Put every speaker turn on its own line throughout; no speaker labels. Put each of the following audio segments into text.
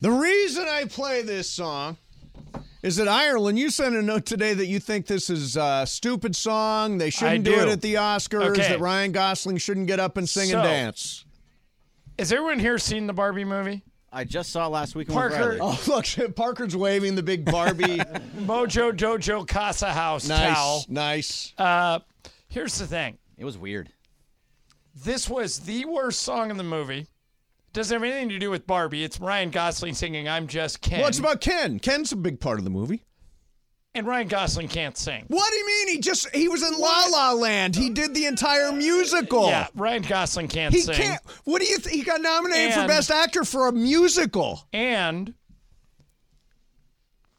The reason I play this song is that Ireland, you sent a note today that you think this is a stupid song. They shouldn't do.
do.
it at the Oscars.
Okay.
That Ryan Gosling shouldn't get up and sing
So-
and dance.
Has everyone here seen the Barbie movie?
I just saw last week.
Parker-
Oh, look, Parker's waving the big Barbie.
Mojo Dojo Casa House
nice,
towel.
nice.
Uh, here's the thing.
It was weird.
This was the worst song in the movie. Doesn't have anything to do with Barbie. It's Ryan Gosling singing "I'm Just Ken."
Well, it's about Ken. Ken's a big part of the movie.
and Ryan Gosling can't sing.
What do you mean? He just he was in La La Land. He did the entire musical.
Yeah, Ryan Gosling can't
He
sing.
can't. What do you? Th- he got nominated for
And-
best actor for a musical.
And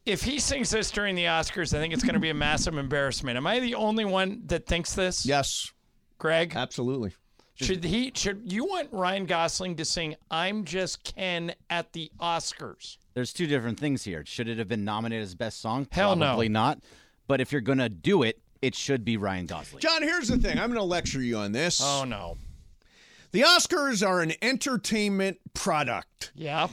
if he sings this during the Oscars, I think it's going to be a massive embarrassment. Am I the only one that thinks this?
Yes,
Greg,
absolutely.
should he? Should you want Ryan Gosling to sing "I'm Just Ken" at the Oscars?
There's two different things here. Should it have been nominated as best song?
Hell no.
Probably not. But if you're gonna do it, it should be Ryan Gosling.
John, here's the thing. I'm going to lecture you on this.
Oh no.
The Oscars are an entertainment product
Yeah.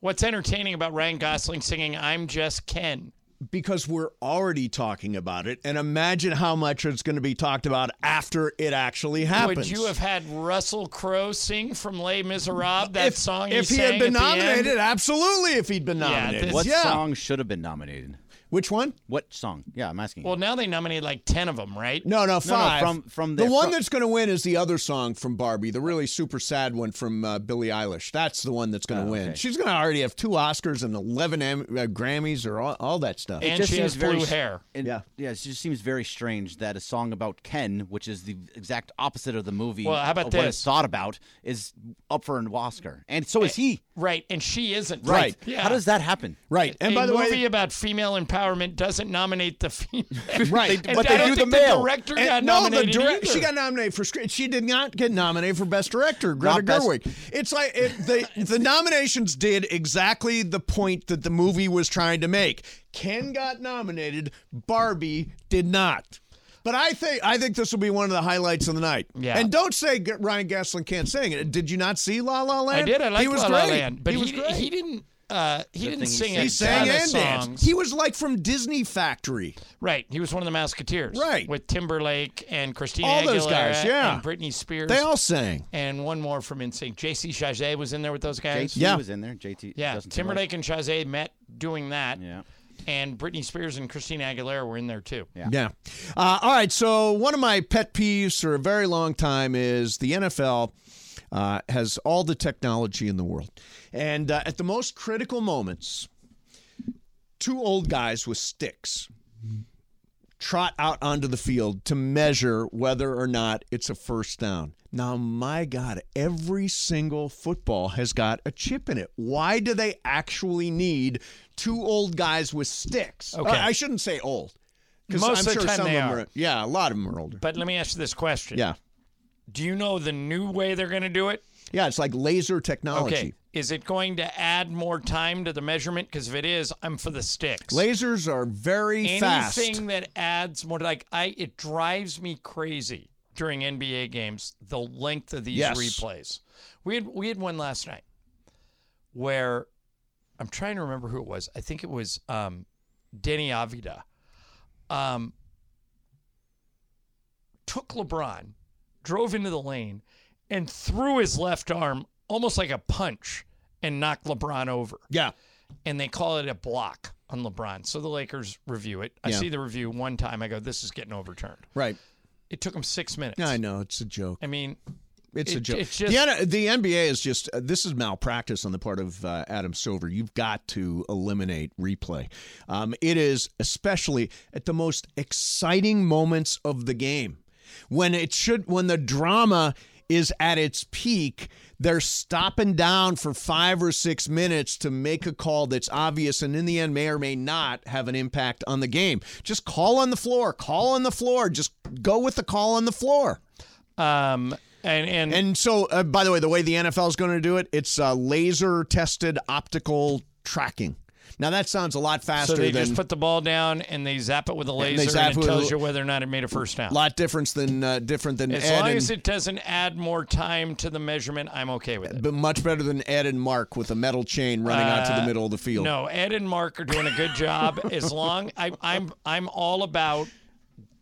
What's entertaining about Ryan Gosling singing "I'm Just Ken"?
because we're already talking about it. And imagine how much it's going to be talked about after it actually happens.
Would you have had Russell Crowe sing from Les Miserables that
if,
song?
If he,
sang
had been
at the end?
nominated, absolutely. If he'd been
Yeah,
nominated,
this-
What
yeah.
song should have been nominated?
Which one?
What song? Yeah, I'm asking. you.
Well, now they nominate like ten of them, right?
No, no,
no,
five.
from- from
the
the-
one
from-
that's going to win is the other song from Barbie, the really super sad one from uh, Billie Eilish. That's the one that's going to
Oh,
win. She's going to already have two Oscars and eleven Am- uh, Grammys or all, all that stuff.
And she has blue hair.
It,
Yeah.
yeah, yeah. It just seems very strange that a song about Ken, which is the exact opposite of the movie,
Well, how about
of what
this?
it's thought about, is up for an Oscar, and so is he.
Eh, Right, and she isn't.
Right.
Yeah.
How does that happen?
right. And
a
by the
movie
way,
about female empowerment doesn't nominate the female.
Right,
And
but
I
they
don't
do the
think
male.
The director
And-
got
no, the
nominated
direct,
either.
she got nominated for screen. She did not get nominated for best director. Greta
Not best-
Gerwig. It's like it, the the nominations did exactly the point that the movie was trying to make. Ken got nominated. Barbie did not. But I think I think this will be one of the highlights of the night.
Yeah.
And don't say G- Ryan Gosling can't sing. Did you not see La La Land?
I did. I liked
he was
La La
great.
Land, but
he,
he
was great.
he didn't. Uh, he didn't
thing he
sing.
sang.
He sang
a ton of
and danced.
songs.
He was like from Disney Factory.
Right. He was one of the Musketeers.
Right.
With Timberlake and Christina
All
Aguilera
those guys, yeah.
and Britney Spears.
They all sang.
and one more from NSYNC. JC Chazet was in there with those guys.
JT
Yeah.
was in there. JT.
Yeah.
Justin
Timberlake and Chazet met doing that.
Yeah.
And Britney Spears and Christina Aguilera were in there too. Yeah.
Yeah. Uh, all right. So one of my pet peeves for a very long time is the NFL uh, has all the technology in the world, and uh, at the most critical moments, two old guys with sticks trot out onto the field to measure whether or not it's a first down. Now, my God, every single football has got a chip in it. Why do they actually need two old guys with sticks?
Okay.
Uh, I shouldn't say old. 'cause
Most
I'm
of the
sure
time
some
they
of them
are.
Yeah, a lot of them are older.
But let me ask you this question.
Yeah.
Do you know the new way they're going to do it?
Yeah, it's like laser technology.
Okay. Is it going to add more time to the measurement? Because if it is, I'm for the sticks.
Lasers are very fast.
Anything that adds more, like I, it drives me crazy during NBA games the length of these
Yes.
replays. We had we had one last night where I'm trying to remember who it was. I think it was um, Danny Avida. Um, took LeBron, drove into the lane, and threw his left arm almost like a punch and knocked LeBron over
Yeah.
and they call it a block on LeBron. So the Lakers review it. I
Yeah.
see the review one time. I go, this is getting overturned.
Right.
It took them six minutes.
I know it's a joke.
I mean,
It's a
It-
joke.
it's just-
the, N- the NBA is just uh, this is malpractice on the part of uh, Adam Silver. You've got to eliminate replay. Um, it is especially at the most exciting moments of the game when it should when the drama is at its peak, they're stopping down for five or six minutes to make a call that's obvious and in the end may or may not have an impact on the game. Just call on the floor, call on the floor, just go with the call on the floor.
Um, and, and
And so, uh, by the way, the way the NFL is going to do it, it's uh, laser tested optical tracking. Now, that sounds a lot faster
so they
than.
just put the ball down and they zap it with a
they
laser and,
zap it
it
with a
tells
l-
you whether or not it made a first down.
a lot difference than uh, different than
As
Ed
long
and-
as it doesn't add more time to the measurement, I'm okay with it.
but much better than Ed and Mark with a metal chain running out to the middle of the field.
Uh, No, Ed and Mark are doing a good job. as long I, I'm, I'm all about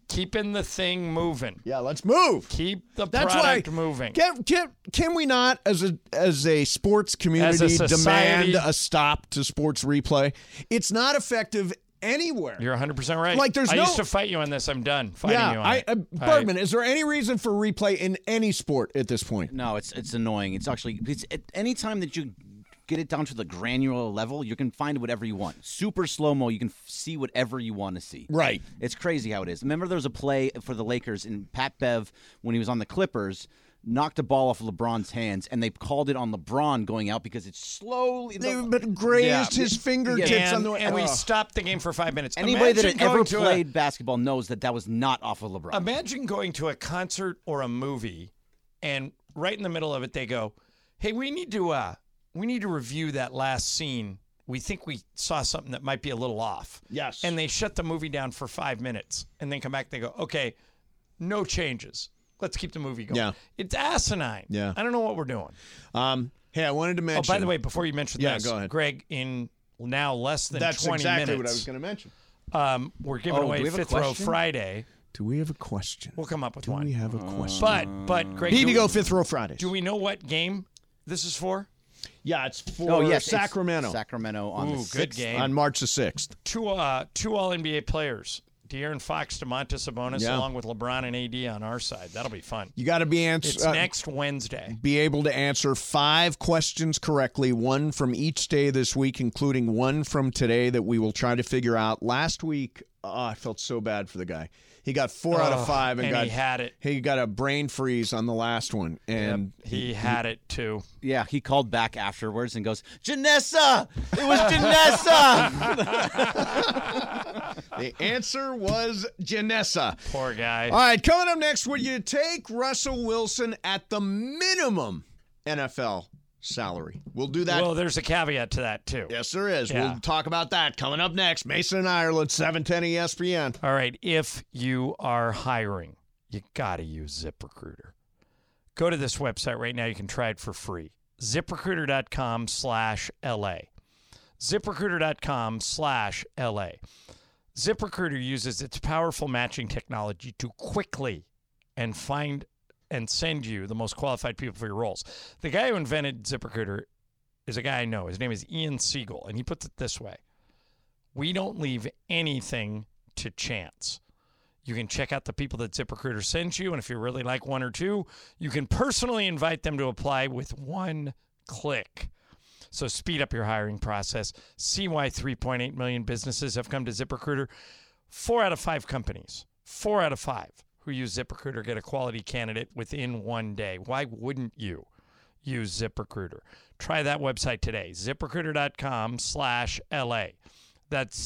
keeping the thing moving.
Yeah, let's move.
Keep the
That's
product
why
moving.
Can, can, can we not, as a as a sports community,
society-
demand a stop to sports replay? It's not effective anywhere.
You're 100 percent right.
Like, there's
I
no-
used to fight you on this. I'm done fighting
yeah,
you on
I,
it.
uh, Bergman, is there any reason for replay in any sport at this point?
No, it's it's annoying. It's actually it's at any time that you get it down to the granular level, you can find whatever you want. Super slow mo, you can f- see whatever you want to see.
Right.
It's crazy how it is. Remember, there was a play for the Lakers, and Pat Bev, when he was on the Clippers, knocked a ball off LeBron's hands, and they called it on LeBron going out because it's slowly.
They,
the-
but grazed
Yeah.
his fingertips on
and,
the way.
and we
Ugh.
stopped the game for five minutes.
Anybody that
Imagine
had ever
going to a-
played basketball knows that that was not off of LeBron.
imagine going to a concert or a movie and right in the middle of it they go hey we need to uh we need to review that last scene we think we saw something that might be a little off
Yes.
and they shut the movie down for five minutes and then come back they go okay no changes let's keep the movie going
Yeah.
it's asinine
Yeah.
i don't know what we're doing
um, hey, I wanted to
oh
mention.
by the way before you mention
Yeah,
this
go ahead.
greg in now less than
that's
20
exactly
minutes
what I was going to mention.
um, we're giving
Oh, do
away
we have a
fifth row
question?
friday
Do we have a question?
we'll come up with
Do
one
we have a question?
but but greg
Need
do
to
we-
go fifth row Fridays.
Do we know what game this is for?
yeah, it's for
oh yes, it's
Sacramento
Sacramento on the
Ooh, good
sixth.
game.
on March the sixth.
two uh, two All NBA players, De'Aaron Fox, Demontis Sabonis,
Yeah.
along with LeBron and AD on our side. That'll be fun.
You got to be
It's
answer, uh,
next Wednesday.
be able to answer five questions correctly, one from each day this week, including one from today that we will try to figure out. Last week, oh, I felt so bad for the guy. He got four out of
Ugh,
five and,
and
got
he had it.
He got a brain freeze on the last one, and
He had it too.
Yeah, he called back afterwards and goes, Janessa! It was Janessa!
the answer was Janessa.
Poor guy.
All right, coming up next, would you take Russell Wilson at the minimum NFL salary? We'll do that.
well, there's a caveat to that too.
yes, there is.
Yeah.
We'll talk about that coming up next. Mason and Ireland, E 710 ESPN.
All right, if you are hiring, you got to use ZipRecruiter. Go to this website right now. You can try it for free. ZipRecruiter.com slash LA. ZipRecruiter.com slash LA. ZipRecruiter uses its powerful matching technology to quickly and find and send you the most qualified people for your roles. The guy who invented ZipRecruiter is a guy I know. His name is Ian Siegel, and he puts it this way we don't leave anything to chance. You can check out the people that ZipRecruiter sends you, and if you really like one or two, you can personally invite them to apply with one click. So speed up your hiring process. See why 3.8 million businesses have come to ZipRecruiter. Four out of five companies, four out of five who use ZipRecruiter get a quality candidate within one day. Why wouldn't you? use ZipRecruiter. Try that website today, ziprecruiter.com slash LA. That's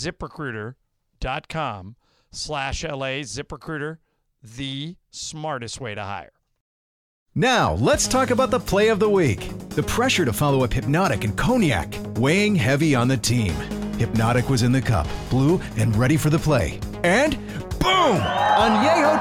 ziprecruiter.com slash LA. ZipRecruiter, the smartest way to hire.
Now, let's talk about the play of the week. The pressure to follow up Hypnotic and Cognac, weighing heavy on the team. Hypnotic was in the cup, blue, and ready for the play. And boom! Añejo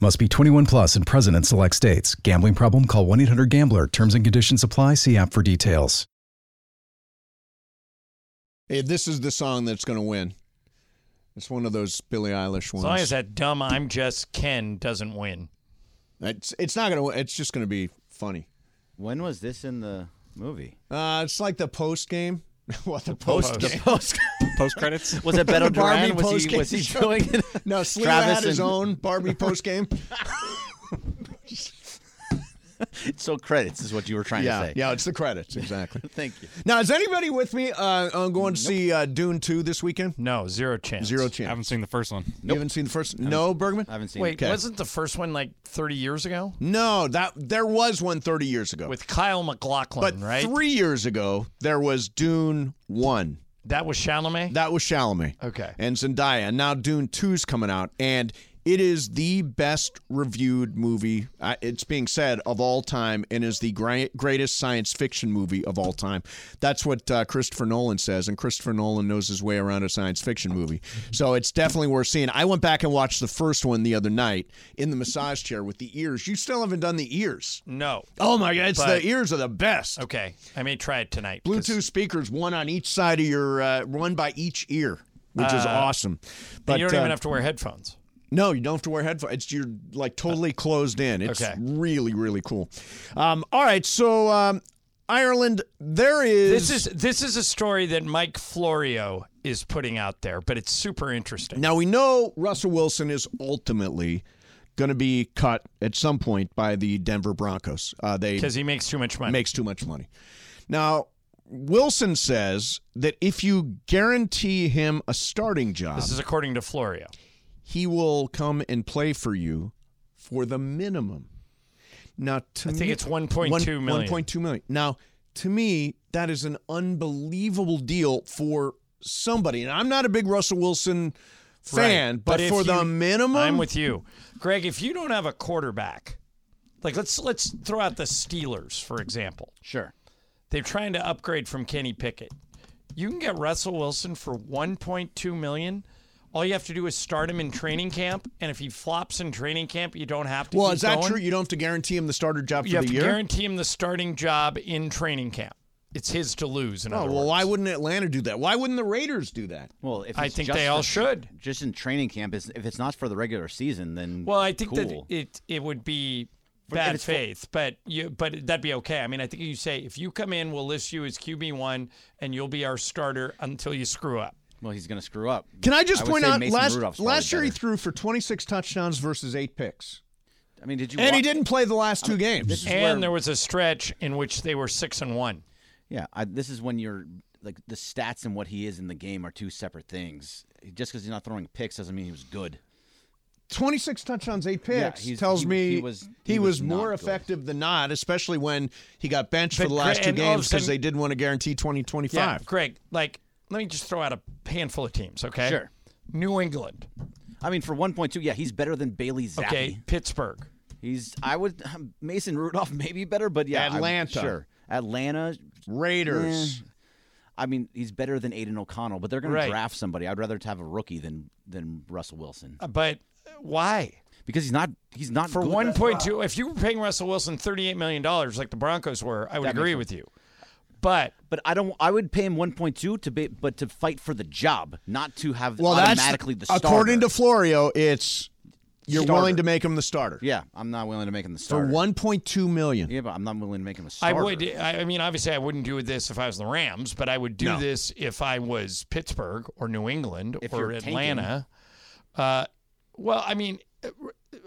Must be 21 plus and present in select states. Gambling problem? Call 1 800 Gambler. Terms and conditions apply. See app for details.
Hey, this is the song that's going to win. It's one of those Billie Eilish ones.
As long as that dumb I'm just Ken doesn't win.
it's, it's not going to. It's just going to be funny.
When was this in the movie?
Uh, it's like the post game. well, the post game.
post.
Post credits.
Was it Beto
Barbie
Duran? Was he,
post-game
was he
show.
doing it?
No, Sleeve
Travis
had his
and-
own Barbie post game.
So credits is what you were trying to
yeah,
say.
yeah, it's the credits exactly.
Thank you.
Now, is anybody with me uh, on going to see uh, Dune two this weekend?
No, zero chance.
Zero
I
chance.
haven't seen the first one.
You haven't seen the first? No, Bergman.
I haven't seen
Wait,
it.
Okay.
wasn't the first one like 30 years ago
No, that there was one 30 years ago.
with Kyle McLaughlin,
but
right?
three years ago, there was Dune one.
that was Chalamet.
That was Chalamet.
Okay.
And Zendaya. And now Dune 2's coming out, and it is the best reviewed movie, uh, it's being said, of all time, and is the gri- greatest science fiction movie of all time. That's what uh, Christopher Nolan says, and Christopher Nolan knows his way around a science fiction movie. So it's definitely worth seeing. I went back and watched the first one the other night in the massage chair with the ears. You still haven't done the ears.
no.
Oh my God, it's
But-
the ears are the best.
Okay, I may try it tonight. 'cause-
Bluetooth speakers, one on each side of your, uh, one by each ear, which is awesome. But
Uh, And you don't
uh,
even have to wear headphones. Uh,
No, you don't have to wear headphones. It's you're like totally closed in. It's
okay.
really really cool. Um, all right, so um, Ireland, there is.
This is this is a story that Mike Florio is putting out there, but it's super interesting.
now we know Russell Wilson is ultimately going to be cut at some point by the Denver Broncos. Uh, they
because he makes too much money.
makes too much money. Now Wilson says that if you guarantee him a starting job,
this is according to Florio.
he will come and play for you for the minimum. Now, to
I think
me-
it's 1.2 million.
1.2 million. Now, to me, that is an unbelievable deal for somebody. And I'm not a big Russell Wilson fan,
Right.
but,
if
for the
you-
minimum,
I'm with you, Greg. If you don't have a quarterback, like let's let's throw out the Steelers for example.
Sure.
They're trying to upgrade from Kenny Pickett. You can get Russell Wilson for 1.2 million. All you have to do is start him in training camp, and if he flops in training camp, you don't have to.
Well,
keep
is that
going.
true? You don't have to guarantee him the starter job
You
for
have
the
to
year.
guarantee him the starting job in training camp. It's his to lose. In
oh,
other
well,
words.
why wouldn't Atlanta do that? Why wouldn't the Raiders do that?
Well, if
I
it's
think
just
they all
for-
should.
Just in training camp, it's- if it's not for the regular season, then
Well, I think
cool.
that it it would be
But if
bad
it's full-
faith, but you but that'd be okay. I mean, I think you say if you come in, we'll list you as QB one, and you'll be our starter until you screw up.
well, he's going to screw up.
Can I just
would
point
say
out
Mason Rudolph's
last
probably
last year he
better.
threw for 26 touchdowns versus eight picks,
I mean, did you?
and he
wa-
didn't play the last two games.
This is
and
where-
there was a stretch in which they were six and one.
Yeah, I, this is when you're like the stats and what he is in the game are two separate things. Just because he's not throwing picks doesn't mean he was good.
26 touchdowns, eight
Yeah,
picks
he's-
tells
he-
me he
he
was,
was- he was not
more
good.
effective than not, especially when he got benched for
But
the last
Gra-
two
and all of a
games because
sudden-
they didn't want to guarantee 20 25.
Greg, like let me just throw out a handful of teams, okay?
Sure.
New England,
I mean, for 1.2, yeah, he's better than Bailey Zappi.
okay. Pittsburgh,
He's I would Mason Rudolph maybe better, but yeah, I'm-
Atlanta.
sure. Atlanta, eh,
Raiders.
I mean, he's better than Aiden O'Connell, but they're going
Right.
to draft somebody. I'd rather have a rookie than than Russell Wilson
Uh, but why?
because he's not he's not
for
good.
one point two. If you were paying Russell Wilson thirty eight million dollars, like the Broncos were, I would
That makes
agree
sense.
with you. But
But I don't. I would pay him 1.2 to be, but to fight for the job, not to have
Well, that's
automatically the starter.
according to Florio, it's you're
Starter.
willing to make him the starter
yeah, I'm not willing to make him the
for
starter
1.2 million.
Yeah, but I'm not willing to make him a
I
starter.
would. I I mean, obviously, I wouldn't do this if I was the Rams, but I would do
No.
this if I was Pittsburgh or New England
If
or
you're tanking.
Atlanta. Uh, well, I mean,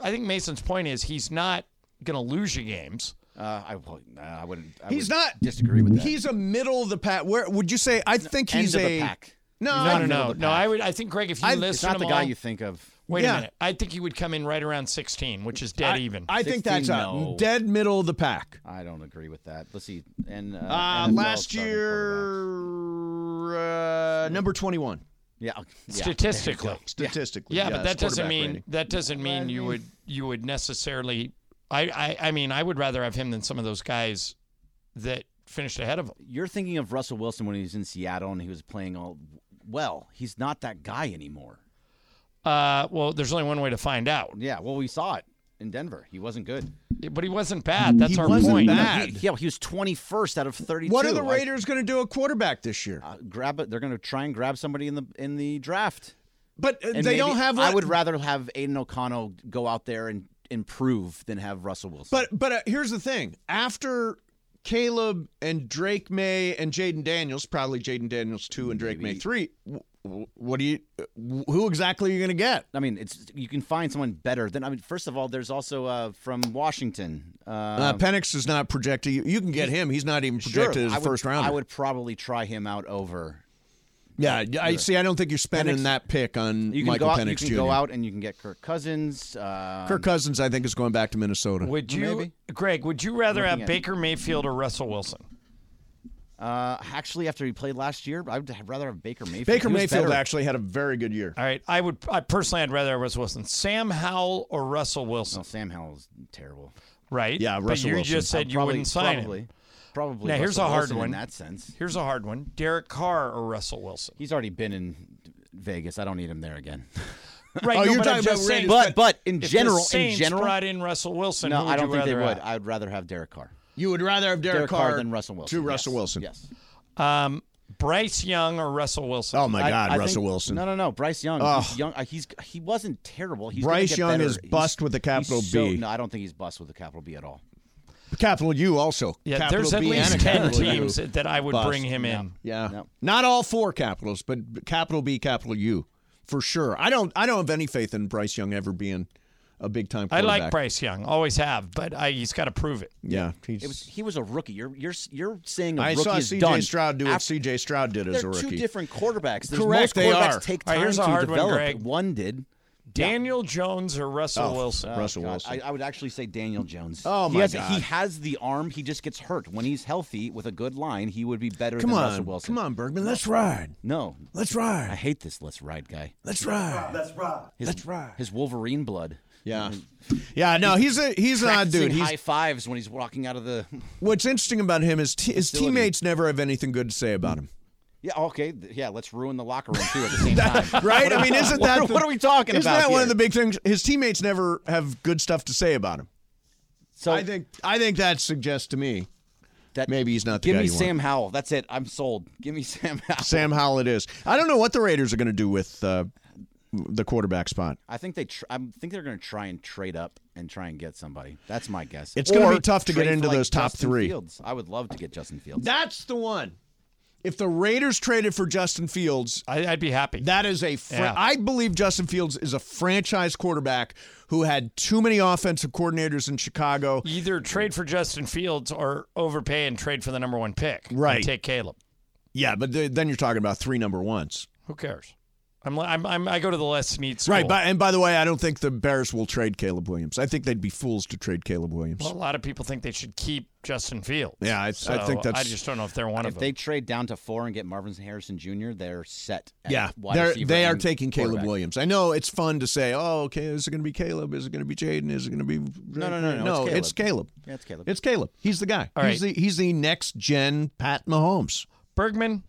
I think Mason's point is he's not going to lose you games.
Uh, I, well, nah, I wouldn't. I
He's
would
not
disagree with that.
He's a middle of the pack. Where would you say? I think
End
he's
of
a
the pack.
no,
No,
I-
no,
middle
no,
of the
no.
pack.
I would. I think Greg, if you
I- it's
listen,
It's not the guy you think of.
Wait
Yeah.
a minute. I think he would come in right around 16, which is dead
I,
even.
I think
16,
that's a
no.
dead middle of the pack.
I don't agree with that. Let's see. And uh,
Uh,
NFL
last
starting
year, uh, number 21
quarterbacks. Yeah. okay, yeah.
statistically.
statistically.
Yeah, but
it's
that doesn't
quarterback
mean
rating.
that doesn't mean you would you would necessarily. I, I I mean I would rather have him than some of those guys that finished ahead of him.
You're thinking of Russell Wilson when he was in Seattle and he was playing all well. He's not that guy anymore.
Uh, well, there's only one way to find out.
Yeah. Well, we saw it in Denver. He wasn't good.
But he wasn't bad. That's
He
our
wasn't
point.
bad.
He, yeah. He was 21st out of 32.
What are the
Like,
Raiders going to do at quarterback this year?
uh, grab it. They're going to try and grab somebody in the in the draft.
But uh, they
And maybe-
don't have.
I
what-
would rather have Aiden O'Connell go out there and improve than have Russell Wilson.
But but uh, here's the thing: after Caleb and Drake May and Jaden Daniels, probably Jaden Daniels two and Drake May three. w- w- What do you? w- Who exactly are you going to get?
I mean, it's you can find someone better than. I mean, first of all, there's also uh, from Washington. Uh,
Uh, Penix is not projected. You, you can get him. He's not even projected as
I
a
would,
first round.
I would probably try him out over.
Yeah, I see. I don't think you're spending that pick on
You can
Michael
go out.
Penix
you can
Jr.
go out and you can get Kirk Cousins. Uh,
Kirk Cousins, I think, is going back to Minnesota.
Would you,
Maybe.
Greg? Would you rather
Looking
have
at-
Baker Mayfield or Russell Wilson?
Uh, actually, after he played last year, I would have- rather have Baker Mayfield.
Baker
He was
Mayfield
better.
actually had a very good year.
All right, I would. I personally, I'd rather have Russell Wilson. Sam Howell or Russell
No,
Wilson,
Sam Howell's terrible.
right?
Yeah,
But
Russell
you
Wilson.
just said
Uh,
you wouldn't sign
probably,
him.
Probably.
Now, here's
Russell
a hard
Wilson
one.
in that sense.
Here's a hard one: Derek Carr or Russell Wilson?
He's already been in Vegas. I don't need him there again.
Right.
Oh,
no,
you're
but I'm
talking
just
about
saying,
Raiders,
but but in
if the
general, in
Saints
general,
brought in Russell Wilson.
no,
who would
I don't
you
think they
rather uh,
would.
have?
I would rather have Derek Carr.
You would rather have Derek,
Derek Carr than Russell Wilson.
to
Yes.
Russell Wilson.
Yes.
Um, Bryce Young or Russell Wilson?
Oh my
I- I
God,
think-
Russell Wilson.
No, no, no. Bryce Young.
Ugh.
He's young. uh, He's he wasn't terrible. He's gonna
Bryce
get
Young
better.
is
He's-
bust with a
he's
capital
so-
B.
no, I don't think he's bust with a capital B at all.
Capital U also.
Yeah,
Capital
there's at
B
least
and a
ten
capital U.
teams that I would
Bust.
bring him in.
Yeah.
No.
Not all four capitals, but b- capital B, capital U, for sure. I don't I don't have any faith in Bryce Young ever being a big time
I
quarterback.
like Bryce Young, always have, but I, he's got to prove it.
Yeah. He's,
It was he was a rookie. You're you're you're saying a
I
rookie
saw
is
CJ
done.
Stroud do
After-
what CJ Stroud did as
They're
a
two
rookie.
different quarterbacks. There's Most
Correct, they
quarterbacks
are.
Take
All
time
right, here's a
to
hard one,
develop.
Greg.
One did. Oh,
Daniel Jones or Russell Wilson?
Oh, Russell
God,
Wilson.
I, I would actually say Daniel Jones.
Oh,
he
my
has,
God.
He has the arm. He just gets hurt. When he's healthy with a good line, he would be better
come
than Russell
on.
Wilson.
Come on, Bergman. Let's ride.
No,
Let's
I
ride.
hate this. Let's ride, guy.
Let's ride.
His, That's right. His Wolverine blood. Mm.
Yeah. Yeah, no, he's a he's an odd
Practicing
dude. He's
high fives when he's walking out of the.
What's interesting about him is t- his teammates never have anything good to say about him.
Yeah. Okay. th- Yeah. Let's ruin the locker room too at the same time.
Right? I mean, isn't
What
that
are-
the-
what are we talking
isn't
about
that one
here?
of the big things? His teammates never have good stuff to say about him.
So
I think I think that suggests to me
that
maybe he's not the
Give
guy
me
you want.
Sam Howell. That's it. I'm sold. Give me Sam Howell.
Sam Howell it is. I don't know what the Raiders are going to do with uh, the quarterback spot.
I think they. Tr- I think they're going to try and trade up and try and get somebody. That's my guess.
It's gonna
Or
be tough to get
trade for,
into
like,
those top
Justin
three.
Fields. I would love to get Justin Fields.
That's the one. If the Raiders traded for Justin Fields,
I, I'd be happy.
that is a. Fr-
Yeah.
I believe Justin Fields is a franchise quarterback who had too many offensive coordinators in Chicago.
Either trade for Justin Fields or overpay and trade for the number one pick. and
Right.
take Caleb.
Yeah, but th- then you're talking about three number ones.
Who cares? I'm, li- I'm, I'm I go to the less neat school.
Right, but, and by the way, I don't think the Bears will trade Caleb Williams. I think they'd be fools to trade Caleb Williams.
Well, a lot of people think they should keep Justin Fields.
Yeah, I- I
So
think that's-
I just don't know if they're one
if
of
they
them.
trade down to four and get Marvin Harrison Jr., they're set. At
yeah,
wide
they're,
receiver
they are
and
taking Caleb
quarterback.
Williams. I know it's fun to say, oh, okay, is it going to be Caleb? Is it going to be Jaden? Is it going to be
No, no, no, no,
no?
it's
It's Caleb.
Yeah, it's Caleb.
It's Caleb. He's the guy.
All
he's
right.
the he's the next gen Pat Mahomes.
Bergman,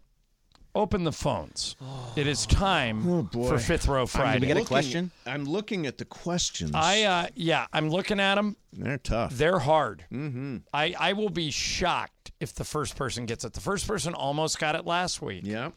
open the phones. It is time for Fifth Row Friday.
Oh. we get a question?
Oh, I'm looking at the questions.
I uh, yeah, I'm looking at them.
They're tough.
They're hard. Mm-hmm. I I will be shocked if the first person gets it. The first person almost got it last week.
yeah.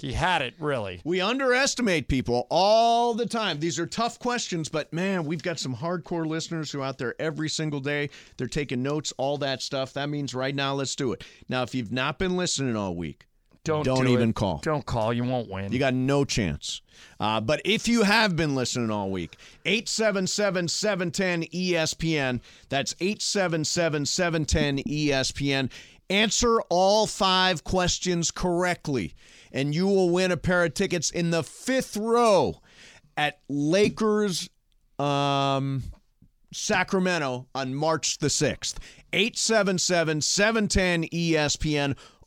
He had it really.
We underestimate people all the time. These are tough questions, but man, we've got some hardcore listeners who are out there every single day. They're taking notes, all that stuff. That means right now, let's do it. Now, if you've not been listening all week,
Don't
Don't
do
even
it.
call.
Don't call. You won't win.
you got no chance. Uh, but if you have been listening all week, 877 710 ESPN. That's 877 710 ESPN. Answer all five questions correctly, and you will win a pair of tickets in the fifth row at Lakers um, Sacramento on March the 6th. 877 710 ESPN.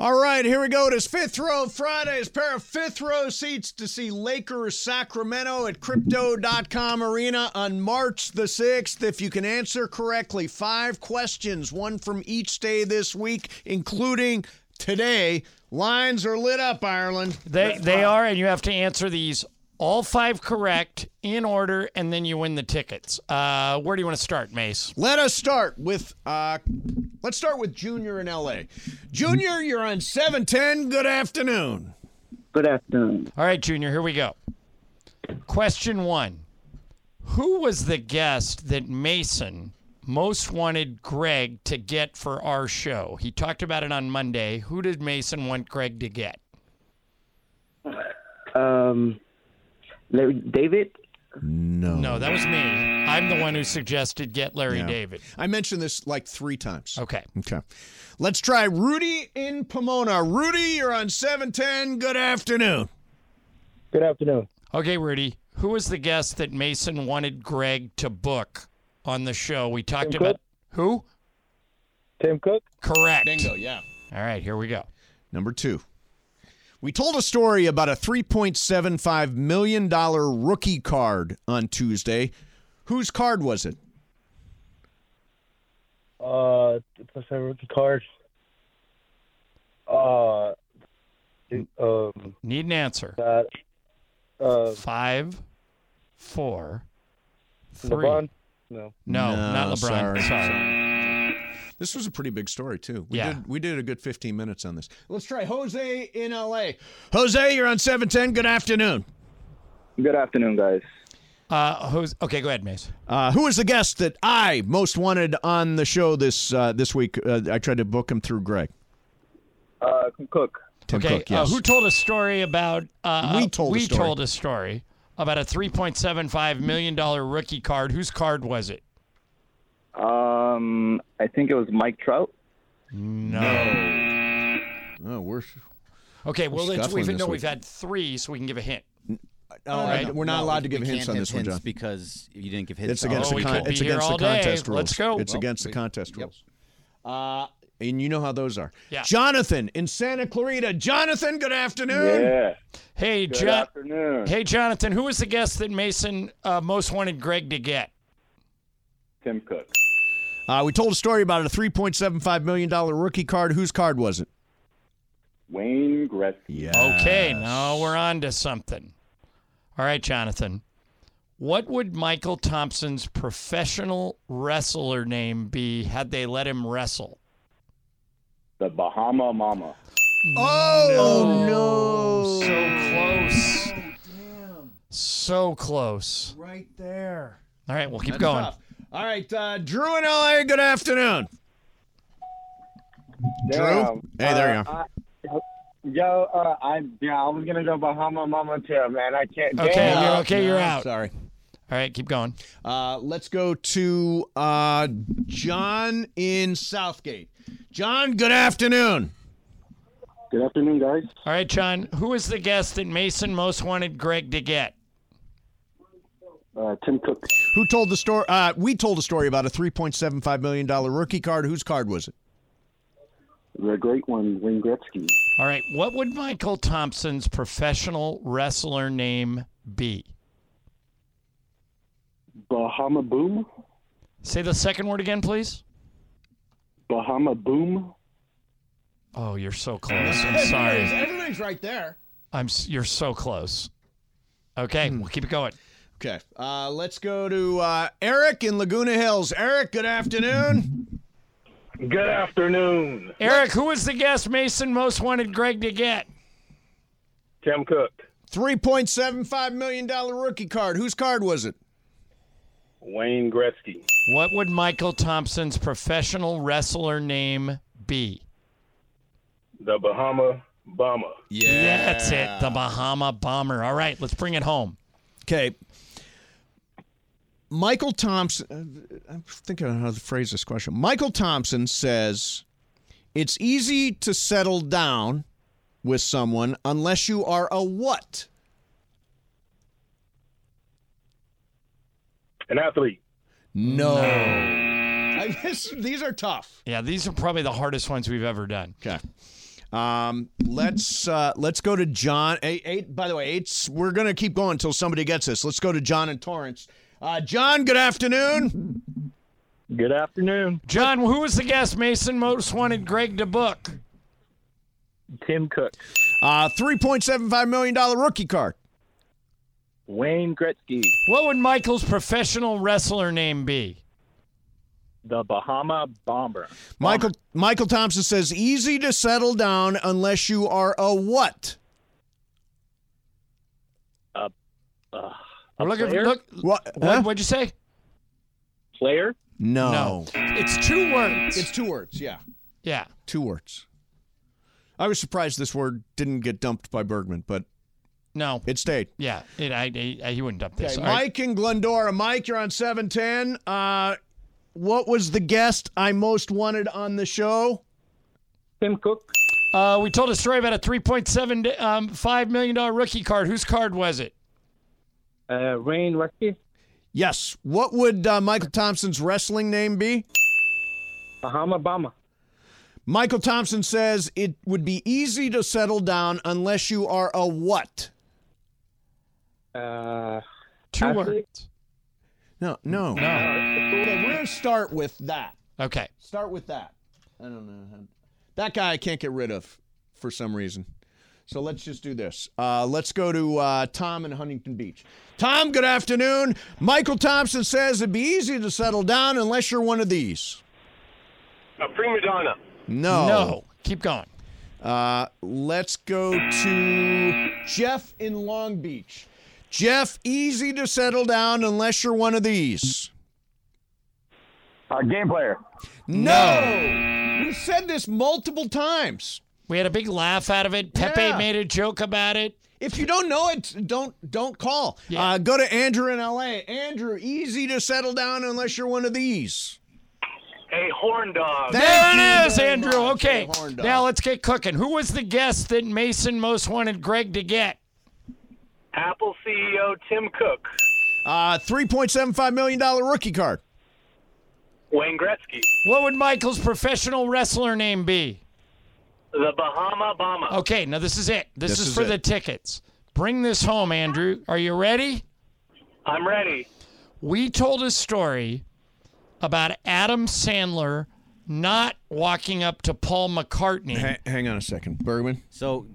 All right, here we go. It is fifth row Fridays. Pair of fifth row seats to see Lakers Sacramento at crypto.com arena on March the 6th. If you can answer correctly, five questions, one from each day this week, including today. Lines are lit up, Ireland.
They they are, and you have to answer these all five correct in order, and then you win the tickets. Uh, where do you want to start, Mace?
Let us start with uh let's start with Junior in LA. Junior, you're on 710. Good afternoon.
Good afternoon.
All right, Junior, here we go. Question one Who was the guest that Mason most wanted Greg to get for our show? He talked about it on Monday. Who did Mason want Greg to get?
Um, Larry- David,
No, that was me. I'm the one who suggested get Larry David.
I mentioned this like 3 times.
Okay.
Okay. Let's try Rudy in Pomona. Rudy, you're on 710. Good afternoon.
Good afternoon.
Okay, Rudy. Who was the guest that Mason wanted Greg to book on the show? We talked
Tim
about
Cook?
who?
Tim Cook?
Correct.
yeah.
All right, here we go.
Number two. We told a story about a $3.75 million rookie card on Tuesday. Whose card was it?
Uh, plus a rookie card. Uh, dude, um,
Need an answer.
that, uh,
Five, four, three.
LeBron? No.
No,
No,
not LeBron.
sorry.
Sorry.
This was a pretty big story too. We
Yeah.
did we did a good 15 minutes on this. Let's try Jose in LA. Jose, you're on 710. Good afternoon.
good afternoon, guys.
Uh, who's, okay, go ahead, Mace.
Uh, who was the guest that I most wanted on the show this uh, this week? Uh, I tried to book him through Greg.
Uh, Cook.
Tim
okay,
Cook, yes.
uh, who told a story about? Uh,
We
uh,
told a
we
story.
told a story about a three point seven five million dollar rookie card. Whose card was it?
Um, I think it was Mike Trout.
No.
oh, we're
Okay, well,
We're
it's,
scuffling
we've,
this
no,
week.
we've had three, so we can give a hint.
all right. We're not
No,
allowed
we-
to give
we
hints
can't
on
have
this one,
hints
John.
Because you didn't give hints.
It's against
Oh,
the
we
con-
could be
it's
here
against the
all day.
contest rules.
Let's go. Oh.
It's
Well,
against the contest rules. Uh, and you know how those are.
Yeah.
Jonathan in Santa Clarita. Jonathan, good afternoon.
Hey, John.
afternoon.
Hey, Jonathan. Who was the guest that Mason uh, most wanted Greg to get?
Tim Cook.
Uh, we told a story about a $3.75 million rookie card. Whose card was it?
Wayne Gretzky.
Yeah.
Okay, now we're on to something. All right, Jonathan. What would Michael Thompson's professional wrestler name be had they let him wrestle?
The Bahama Mama.
Oh,
So close. So close.
Right there.
All right, we'll keep going.
All right, uh, Drew in LA, good afternoon. Drew? Hey, there
Uh,
you are.
Yo, uh, I yeah, I was gonna go Bahama Mama too, man. I can't.
Okay, you're okay, you're out.
Sorry.
All right, keep going.
Uh, let's go to uh, John in Southgate. John, good afternoon.
Good afternoon, guys.
All right, John, who was the guest that Mason most wanted Greg to get?
Uh, Tim Cook.
Who told the story? Uh, we told a story about a $3.75 million rookie card. Whose card was it?
The great one, Wayne Gretzky.
All right, what would Michael Thompson's professional wrestler name be?
Bahama Boom.
Say the second word again, please.
Bahama Boom.
Oh, you're so close. I'm sorry.
Everything's right there.
I'm s- you're so close. Okay,
Hmm.
we'll keep it going.
Okay. Uh, let's go to uh, Eric in Laguna Hills. Eric, good afternoon.
Good afternoon,
Eric, who was the guest Mason most wanted Greg to get?
Tim Cook.
$3.75 million rookie card. Whose card was it?
Wayne Gretzky.
What would Michael Thompson's professional wrestler name be?
The Bahama Bomber.
Yeah.
That's it, the Bahama Bomber. All right, let's bring it home.
Okay. Michael Thompson, uh, I'm thinking of how to phrase this question. Michael Thompson says, It's easy to settle down with someone unless you are a what?
An athlete.
No. Oh. I guess these are tough.
Yeah, these are probably the hardest ones we've ever done.
Okay. Um, let's uh, let's go to John. Eight, eight, by the way, eight, we're going to keep going until somebody gets this. Let's go to John and Torrance. Uh, John, good afternoon.
Good afternoon,
John, who was the guest Mason most wanted Greg to book?
Tim Cook.
Uh, $3.75 million rookie card.
Wayne Gretzky.
What would Michael's professional wrestler name be?
The Bahama Bomber.
Michael Michael Thompson says easy to settle down unless you are a what?
We're looking
player?
look
What?
what what'd you say?
Player.
No.
It's two words.
It's two words. Yeah,
yeah.
two words. I was surprised this word didn't get dumped by Bergman, but
No.
it stayed.
Yeah. It, I, I, he wouldn't dump this.
Okay,
All right.
Mike in Glendora. Mike, you're on seven ten. Uh, what was the guest I most wanted on the show?
Tim Cook.
Uh, we told a story about a three point seven um, five million dollar rookie card. Whose card was it?
Uh, Wayne Gretzky.
Yes. What would uh, Michael Thompson's wrestling name be?
Bahama Bomber.
Michael Thompson says it would be easy to settle down unless you are a what?
Uh,
Two
Athlete?
words.
No, no.
No.
Okay, we're gonna start with that.
Okay.
Start with that. I don't know. How... That guy I can't get rid of for some reason. So let's just do this. Uh, let's go to uh, Tom in Huntington Beach. Tom, good afternoon. Michael Thompson says it'd be easy to settle down unless you're one of these.
a prima donna.
No.
No. Keep going.
No. Uh, let's go to Jeff in Long Beach. Jeff, easy to settle down unless you're one of these.
Uh, game player.
No. We said this multiple times.
We had a big laugh out of it. Pepe
Yeah.
made a joke about it.
If you don't know it, don't don't call.
Yeah.
Uh, go to Andrew in L.A. Andrew, easy to settle down unless you're one of these.
A horn dog.
Oh,
There
Thank you
it is,
very
Andrew.
much,
Okay.
Jay Horndog.
Now let's get cooking. Who was the guest that Mason most wanted Greg to get?
Apple CEO Tim Cook.
uh, three point seven five million dollar rookie card.
Wayne Gretzky.
What would Michael's professional wrestler name be?
The Bahama Bomber.
Okay, now this is it. This,
This
is,
is
for
it.
the tickets. Bring this home, Andrew. Are you ready?
I'm ready.
We told a story about Adam Sandler not walking up to Paul McCartney.
hang on a second, Bergman.
So,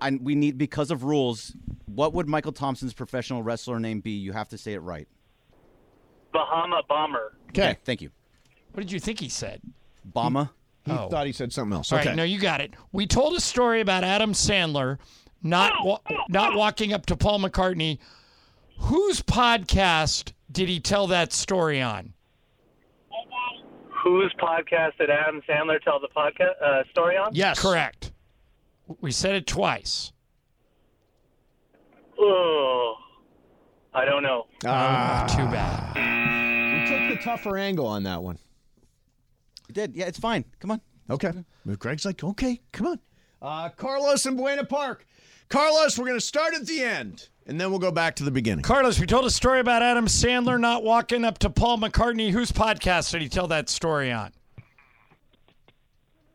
I, we need because of rules. What would Michael Thompson's professional wrestler name be? You have to say it right.
Bahama Bomber.
Okay,
Thank you,
What did you think he said?
Bama.
he
Oh.
thought he said something else.
All
Okay,
right, no, you got it. We told a story about Adam Sandler not wa- not walking up to Paul McCartney. Whose podcast did he tell that story on?
Whose podcast did Adam Sandler tell the podcast uh, story on?
yes,
Correct. We said it twice.
Oh, I don't know.
Ah, too bad.
We took the tougher angle on that one.
You did. Yeah, it's fine. Come on.
Okay. Greg's like, okay, come on. Uh, Carlos and Buena Park. Carlos, we're going to start at the end, and then we'll go back to the beginning.
Carlos, we told a story about Adam Sandler not walking up to Paul McCartney. Whose podcast did he tell that story on?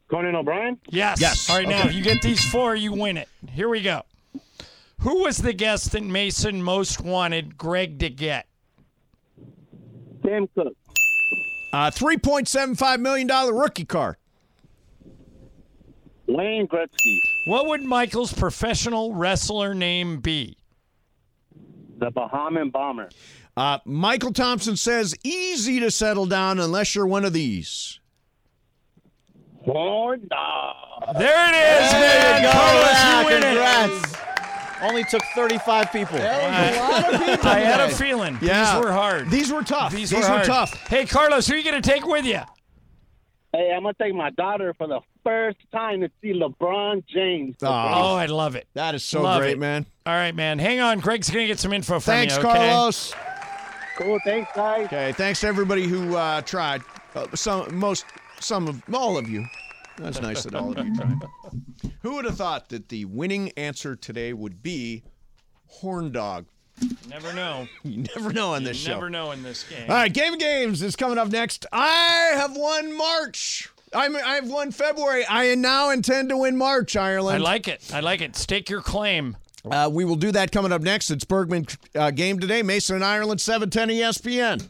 Conan O'Brien?
Yes.
Yes.
All right, now if you get these four, you win it. Here we go. Who was the guest that Mason most wanted Greg to get?
Sam Cook.
Uh, $3.75 million rookie card.
Wayne Gretzky.
What would Michael's professional wrestler name be?
The Bahamian Bomber.
Uh, Michael Thompson says, easy to settle down unless you're one of these.
Born
There it is, man. Carlos, you win it.
Congrats. Only took 35 people.
I had a feeling.
Yeah.
These were hard.
These were tough.
These,
were,
hard.
tough.
Hey, Carlos, who are you going to take with you?
Hey, I'm going to take my daughter for the first time to see LeBron James.
Aw,
Oh, I love it.
that is so
Love
great,
it.
man.
All right, man. Hang on. Greg's going to get some info from
Thanks,
you. okay?
Carlos.
Cool. Thanks, guys.
Okay, thanks to everybody who uh, tried. Uh, some, most, some of, all of you. That's nice that all of you tried. Who would have thought that the winning answer today would be horn dog?
Never know.
You never know on this show.
Never know in this game.
All right, Game of Games is coming up next. I have won March. I'm, I have won February. I now intend to win March,
I
Ireland.
like it. I like it. Stake your claim.
uh, we will do that coming up next. It's Bergman uh, Game Today, Mason and Ireland, E 710 ESPN.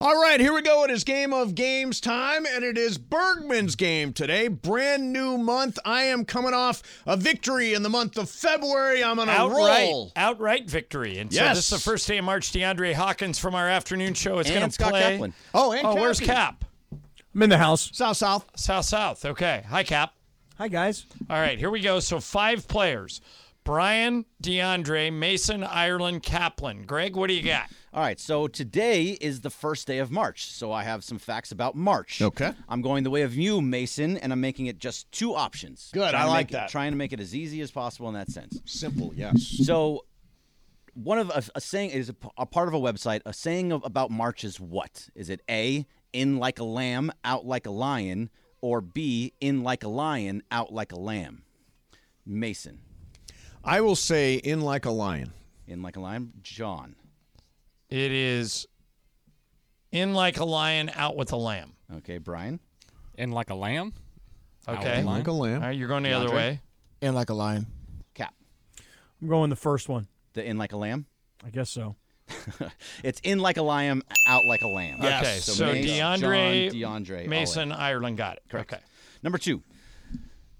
All right, here we go. It is Game of Games time, and it is Bergman's game today. Brand new month. I am coming off a victory in the month of February. I'm on a
outright,
roll.
outright victory. And so
Yes.
this is the first day of March. DeAndre Hawkins from our afternoon show is
And
going to
Scott
play.
Kaplan.
Oh, and
oh, where's
Cappy.
Cap?
I'm in the house.
South South.
South South. Okay. Hi, Cap.
Hi, guys.
All right, here we go. So five players: Brian, DeAndre, Mason, Ireland, Kaplan. Greg, what do you got?
All right, so today is the first day of March, so I have some facts about March.
Okay.
I'm going the way of you, Mason, and I'm making it just two options.
Good,
Trying
I
to
like
make it-
that.
trying to make it as easy as possible in that sense.
Simple, yes.
So, one of a, a saying is a, p- a part of a website. A saying of, about March is what? Is it A, in like a lamb, out like a lion, or B, in like a lion, out like a lamb? Mason,
I will say in like a lion.
in like a lion. John,
It is in like a lion, out with a lamb.
okay. Brian,
And like a lamb?
Okay.
Out with a
Like a
All
lamb.
right, you're going the other
DeAndre?
way.
And like a lion.
Cap,
I'm going the first one.
the in like a lamb.
I guess so.
It's in like a lion, out like a lamb.
Okay, so, DeAndre,
John, DeAndre, all in.
Mason, Ireland got it. Okay.
Number two,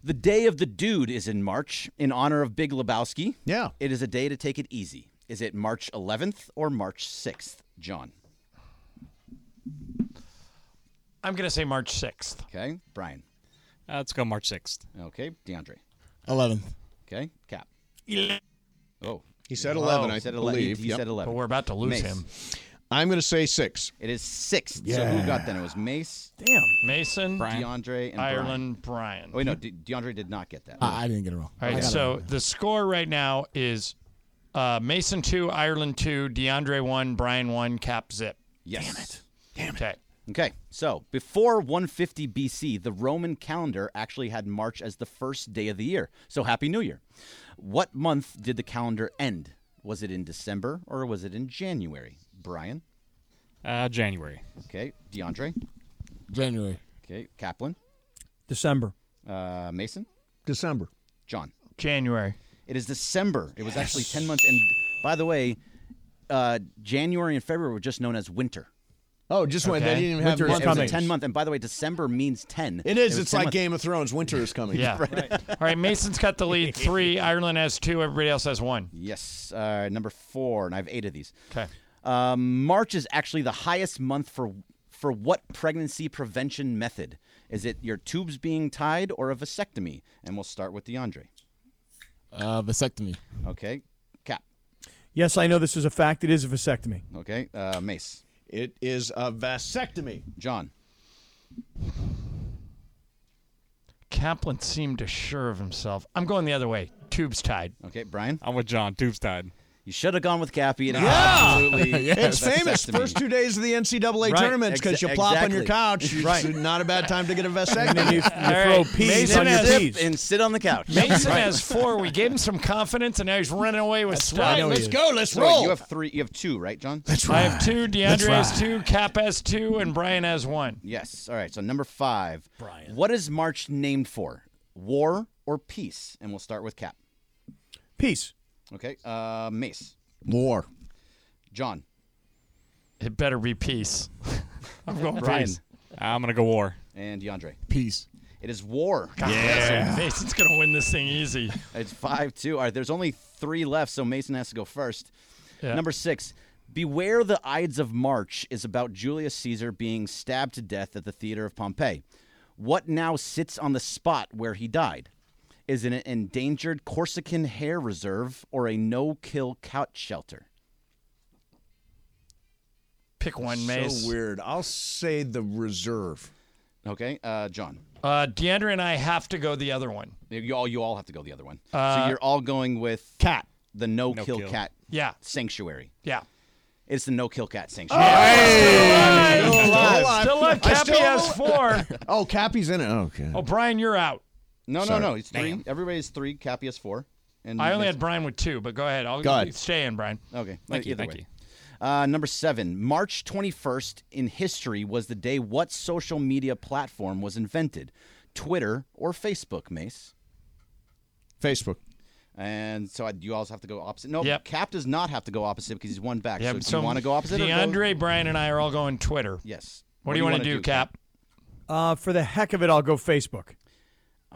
the day of the dude is in March in honor of Big Lebowski.
Yeah.
It is a day to take it easy. Is it March 11th or March 6th, John?
I'm going to say March 6th.
Okay, Brian.
Uh, let's go March 6th.
Okay, DeAndre.
11th.
Okay, Cap. Oh.
He said 11,
Oh,
I
he said 11. He-
believe.
He,
Yep.
said 11. Mace.
I'm going to say six.
It is six. So who got then? It was Mace.
Damn. Mason,
DeAndre, and
Ireland, Brian.
Oh, wait, no, De- DeAndre did not get that.
I, I didn't get it wrong.
All
I
right,
got it
so
wrong.
the score right now is uh, Mason 2, Ireland 2, DeAndre 1, Brian 1, Cap Zip.
Yes.
Damn it. Okay.
Okay, so before 150 BC, the Roman calendar actually had March as the first day of the year. So Happy New Year. What month did the calendar end? Was it in December or was it in January? Brian?
Uh, January.
Okay, DeAndre?
January.
Okay, Kaplan?
December.
Uh, Mason?
December.
John?
January.
It is December. It was actually 10 months. And by the way, uh, January and February were just known as winter.
Oh, just went. They didn't even have
winter
months.
is coming. 10 month. And by the way, December means 10.
It is.
was
it's
10
like
month-
Game of Thrones. Winter is coming.
Yeah. All right, Mason's got the lead three. Ireland has two. Everybody else has one.
Yes, uh, number four, and I have eight of these.
Okay.
Um, March is actually the highest month for for what pregnancy prevention method? Is it your tubes being tied or a vasectomy? And we'll start with DeAndre.
Uh, vasectomy.
Okay, Cap.
Yes, I know this is a fact. It is a vasectomy.
Okay, uh, Mace.
It is a vasectomy.
John.
Kaplan seemed assured of himself. I'm going the other way. Tubes tied.
Okay, Brian.
I'm with John. Tubes tied.
You should have gone with Cappy. And
Yeah.
absolutely.
it's famous.
vasectomy.
First two days of the NCAA
Right,
tournament because
exa-
you plop on your
exactly.
couch. It's
Right.
Not a bad time to get a vasectomy.
And then you- you
throw peas Mason on your has- peas.
and sit on the couch.
Mason has four. We gave him some confidence, and now he's running away with stuff.
So wait, You have three. You have two, right, John? That's
I have two. DeAndre has two. Cap has two, and Brian has one.
Yes. All right. So number five. Brian. What is March named for? War or peace? And we'll start with Cap.
Peace.
Okay. Uh, Mace.
War.
John.
It better be peace. I'm going
Brian.
peace.
I'm going to go war.
And DeAndre.
Peace.
It is war.
God, that's- Mason's gonna win this thing easy.
It's five two. All right. There's only three left, so Mason has to go first.
Yeah.
Number six. Beware the Ides of March is about Julius Caesar being stabbed to death at the theater of Pompeii. What now sits on the spot where he died? Is it an endangered Corsican hare reserve or a no-kill couch shelter?
Pick one,
so
Mace.
weird. I'll say the reserve.
Okay, uh, John.
Uh, DeAndre and I have to go the other one.
You all you all have to go the other one.
Uh,
so you're all going with
cat.
The no, kill,
No-kill.
cat.
Yeah.
Sanctuary.
Yeah.
It's the no kill cat sanctuary.
Still alive. Still alive.
I
Cappy has four.
Oh, Cappy's in it. Okay.
Oh, Brian, you're out.
No, no,
Sorry.
no. It's three. Everybody's three. Cappy has four. And
I only
it's-
had Brian with two, but go ahead. I'll
Go ahead.
stay in, Brian.
Okay.
Thank you,
Either
thank
way.
you.
Uh, number seven, March 21st in history was the day what social media platform was invented? Twitter or Facebook, Mace?
Facebook.
And so I, you also have to go opposite. No,
Yep.
Cap does not have to go opposite because he's one back.
Yeah,
so, do
so
you want to go opposite? or go-
DeAndre, Brian, and I are all going Twitter.
Yes.
What, do you want to do, Cap?
Uh, for the heck of it, I'll go Facebook.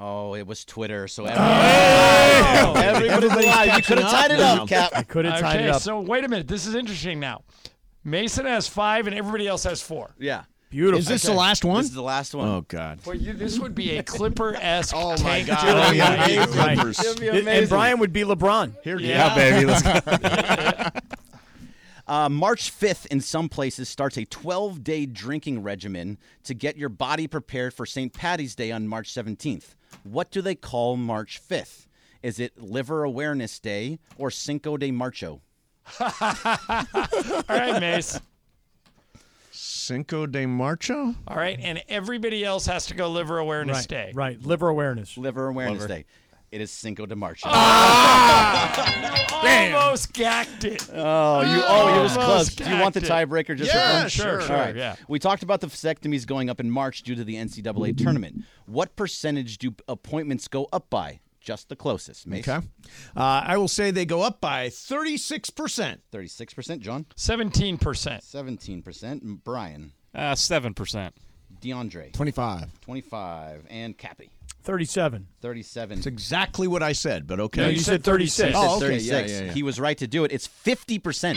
Oh, it was Twitter. So everybody, everybody's alive. You could have tied it up, Cap.
I could have tied
Oh. okay,
it up.
so wait a minute. This is interesting now. Mason has five, and everybody else has four.
Yeah.
Beautiful.
Is this the last one?
This is the last one.
Oh God.
Well, you, this would be a Clipper esque.
Oh my
tank
God.
duel.
Oh, yeah.
and Brian would be LeBron. Here,
Yeah, baby. Let's go.
Uh, March 5th in some places starts a 12 day drinking regimen to get your body prepared for St. Patty's Day on March 17th. What do they call March 5th? Is it Liver Awareness Day or Cinco de Marcho?
All right, Mace.
Cinco de Marcho.
All right, and everybody else has to go liver awareness
right,
day.
right. Liver awareness.
Liver Awareness Day. It is Cinco de Marcho.
Ah!
Almost gacked it.
Oh, you oh, it was close.
Almost
Do you want the
connected.
tiebreaker just
Yeah,
for fun?
sure, sure,
All right.
yeah.
We talked about the vasectomies going up in March due to the NCAA tournament. What percentage do appointments go up by? Just the closest, Mace.
Okay. Uh, I will say they go up by thirty-six percent.
36%, John.
Seventeen percent.
17%, Brian.
Uh, 7%.
DeAndre.
25.
25 and Cappy
37.
37
It's exactly what I said, but okay.
you said 36.
Oh, okay.
36
Yeah, yeah, yeah.
he was right to do it it's 50%
50%?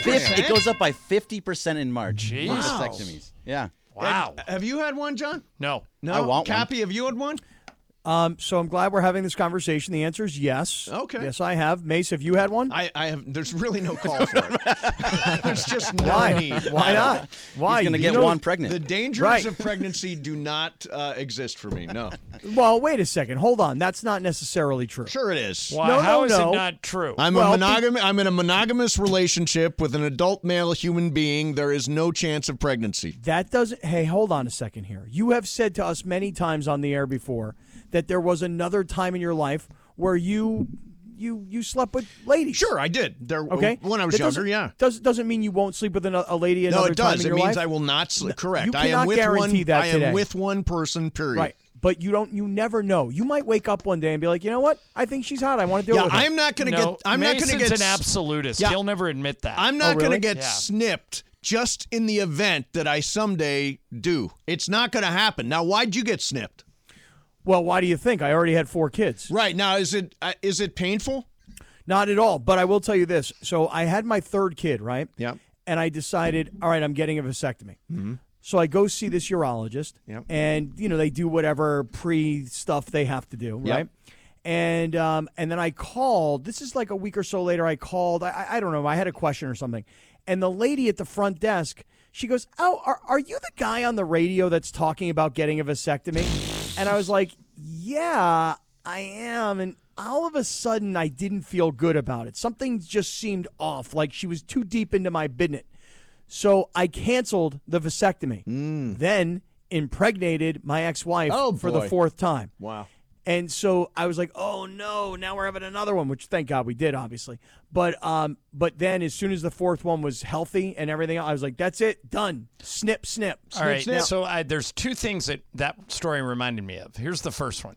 Fif- it goes up by 50% in March
Jeez.
vasectomies yeah
Wow.
Have you had one, John?
No.
No. Cappy, have you had one?
Um, so I'm glad we're having this conversation. The answer is yes.
Okay.
Yes, I have. Mace, have you had one?
I, I have. There's really no call for it. There's just no
Why?
need.
Why not? Why? He's gonna
You
get
know,
one pregnant.
The dangers
Right.
of pregnancy do not uh, exist for me. No.
Well, wait a second. Hold on. That's not necessarily true.
Sure, it is.
Why? No,
How
no,
is
no.
it not true?
I'm
Well,
a
be-
monogam- I'm in a monogamous relationship with an adult male human being. There is no chance of pregnancy.
That doesn't. Hey, hold on a second here. You have said to us many times on the air before that there was another time in your life where you you you slept with ladies.
Sure, I did. There,
Okay.
when I was
That
younger,
doesn't-
yeah.
Does doesn't mean you won't sleep with ano- a lady another
No, it
time
does.
in
It
your
means
life.
I will not sleep. Correct.
You
I
cannot
am with
guarantee
one.
that
I
today.
am with one person. Period.
Right. But you don't. You never know. You might wake up one day and be like, you know what? I think she's hot. I want to deal
Yeah,
with her.
I'm not going to
No,
get. I'm not going
Mason's
to get.
an
s-
absolutist.
Yeah.
He'll never admit that.
I'm
Oh,
not
really?
going to get
Yeah.
snipped just in the event that I someday do. It's not going to happen. Now, why'd you get snipped?
Well, why do you think? I already had four kids.
Right now, is it uh, is it painful?
Not at all. But I will tell you this. So I had my third kid, right?
Yep. Mm-hmm.
And I decided, all right, I'm getting a vasectomy. So I go see this urologist,
Yep.
and you know they do whatever pre stuff they have to do,
Yep.
right? And um, and then I called. This is like a week or so later. I called. I- I, I don't know. I had a question or something, and the lady at the front desk, she goes, "Oh, are, are you the guy on the radio that's talking about getting a vasectomy?" And I was like, "Yeah, I am." And all of a sudden, I didn't feel good about it. Something just seemed off. Like she was too deep into my business. So I canceled the vasectomy. Then impregnated my ex-wife
Mm. Oh,
for the
boy.
fourth time.
Wow.
And so I was like, "Oh no, now we're having another one," which thank God we did obviously. But um but then as soon as the fourth one was healthy and everything, I was like, "That's it. Done. Snip snip."
All right. So I, there's two things that that story reminded me of. Here's the first one.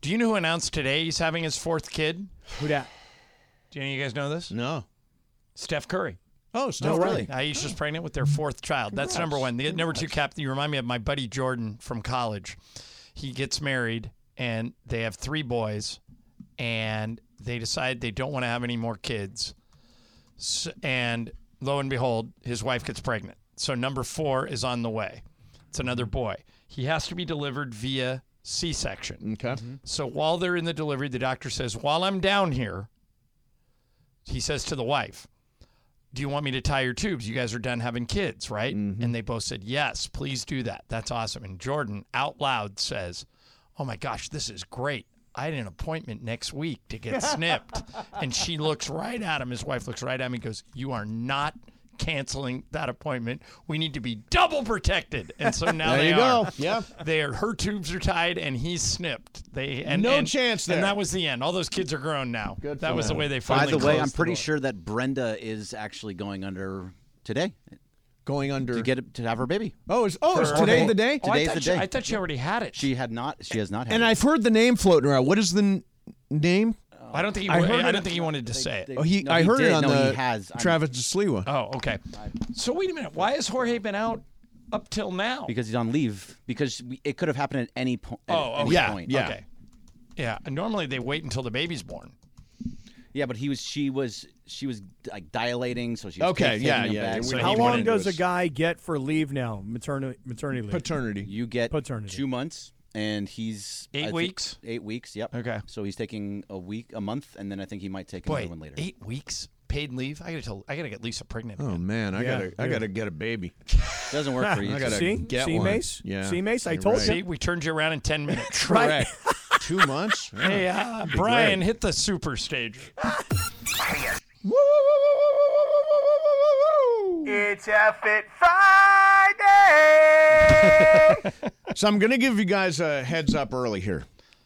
Do you know who announced today he's having his fourth kid?
Who that?
Do any of you guys know this?
No.
Steph Curry.
Oh,
No
Steph Curry.
way. Aisha's pregnant with their fourth child. That's number one. The, number two, Cap, you remind me of my buddy Jordan from college. He gets married and they have three boys and they decide they don't want to have any more kids. S and lo and behold, his wife gets pregnant. So number four is on the way. It's another boy. He has to be delivered via C section.
Okay.
So while they're in the delivery, the doctor says, While I'm down here, he says to the wife, Do you want me to tie your tubes? You guys are done having kids, right?
Mm-hmm.
And they both said, Yes, please do that. That's awesome. And Jordan out loud says, Oh my gosh, this is great. I had an appointment next week to get snipped. and she looks right at him. His wife looks right at him and goes, You are not canceling that appointment. We need to be double protected. And so now
There
they
you go.
are.
Yeah.
They are, her tubes are tied and he's snipped. They and
No
and-
chance there.
And that was the end. All those kids are grown now.
Good
that
for
was the
them.
way they
By
finally.
the way,
closed
I'm pretty
door.
sure that Brenda is actually going under today
Going under.
to get it- to have her baby.
oh, is oh is
For-
today the day?
Oh, I
Today's
thought
the
you-
day.
I thought you already had it.
She had not. She has not had.
And
it.
I've heard the name floating around. What is the n- name?
I don't think he.
I
I,
heard
I
it-
don't think he wanted to say it.
Oh, he.
No,
I
he
heard it
did.
on
No, he
the
has. I'm-
Travis Sliwa.
Oh, okay. So wait a minute. Why has Jorge been out up till now?
because he's on leave. Because we, it could have happened at any, po- at
Oh,
any
okay. Yeah,
point.
yeah.
okay. Yeah. and Normally they wait until the baby's born.
Yeah, but he was. She was. She was like dilating. So she. Was
Okay,
taking
yeah,
him
yeah.
back.
So
How
he
long
wanted
does
to-
a guy get for leave now? Maternity maternity leave.
Paternity.
You get
Paternity.
two months, and he's
Eight
I think-
weeks?
Eight weeks. Yep.
Okay.
So he's taking a week, a month, and then I think he might take
Boy,
another one later.
eight weeks paid leave. I gotta tell. I gotta get Lisa pregnant.
Oh
again.
man, I
Yeah,
gotta. I
dude.
gotta get a baby.
Doesn't work for you.
I gotta
See?
get
See,
one.
Mace?
Yeah.
See, Mace? I
You're
told
right.
See, we turned you around in ten minutes.
Correct. Two months. Yeah.
Hey, uh, Brian, hit the super stage.
It's a Fit Friday.
So I'm gonna give you guys a heads up early here.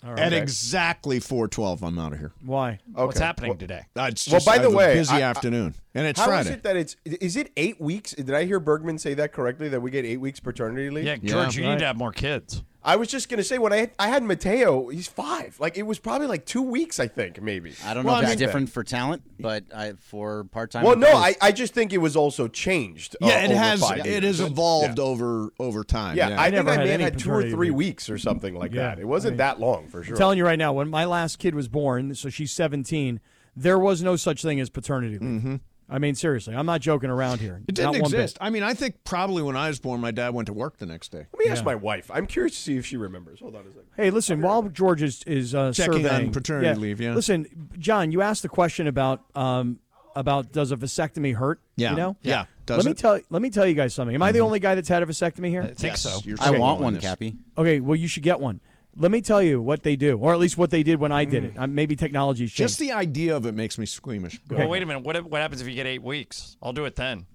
At exactly 4:12, I'm out of here.
Why?
What's happening today?
Uh, It's
Well,
just,
by
I
the
have a
way,
busy
I- I-
afternoon, and it's
How is
Friday.
it that it's? Is it eight weeks? Did I hear Bergman say that correctly? That we get eight weeks paternity leave?
Yeah, George, you need
right.
to have more kids.
I was just gonna say when I I had Mateo, he's five. Like it was probably like two weeks, I think maybe.
I don't know
Well,
if
I
that's
mean-
different for talent, but I, for part time.
Well, no, I, I just think it was also changed. uh,
yeah, it
over
has.
five
It
years.
has evolved over over time.
Yeah,
Yeah,
I,
never
think I
had
may have
any
had two or
paternity
three
leave.
weeks or something like
Yeah,
that. It wasn't that long for sure.
I'm telling you right now, when my last kid was born, so she's 17, there was no such thing as paternity leave. I mean, seriously, I'm not joking around here.
Mm-hmm. It didn't
Not one bit.
exist. I mean, I think probably when I was born, my dad went to work the next day.
Let me ask
Yeah.
my wife. I'm curious to see if she remembers. Hold on a second.
Hey, listen, while George is, is uh,
Checking on
surveying-
paternity leave, yeah.
Listen, John, you asked the question about um, about does a vasectomy hurt?
Yeah,
You know?
yeah. Does
let me
it? Mm-hmm.
tell let me tell you guys something. Am I the only guy that's had a vasectomy here? I
think Yes, so. you're
I want one, Cappy.
Okay, well you should get one. Let me tell you what they do, or at least what they did when I did it. Uh, maybe technology's changed.
Mm. Just the idea of it makes me squeamish.
Well, wait a minute. What what happens if you get eight weeks? I'll do it then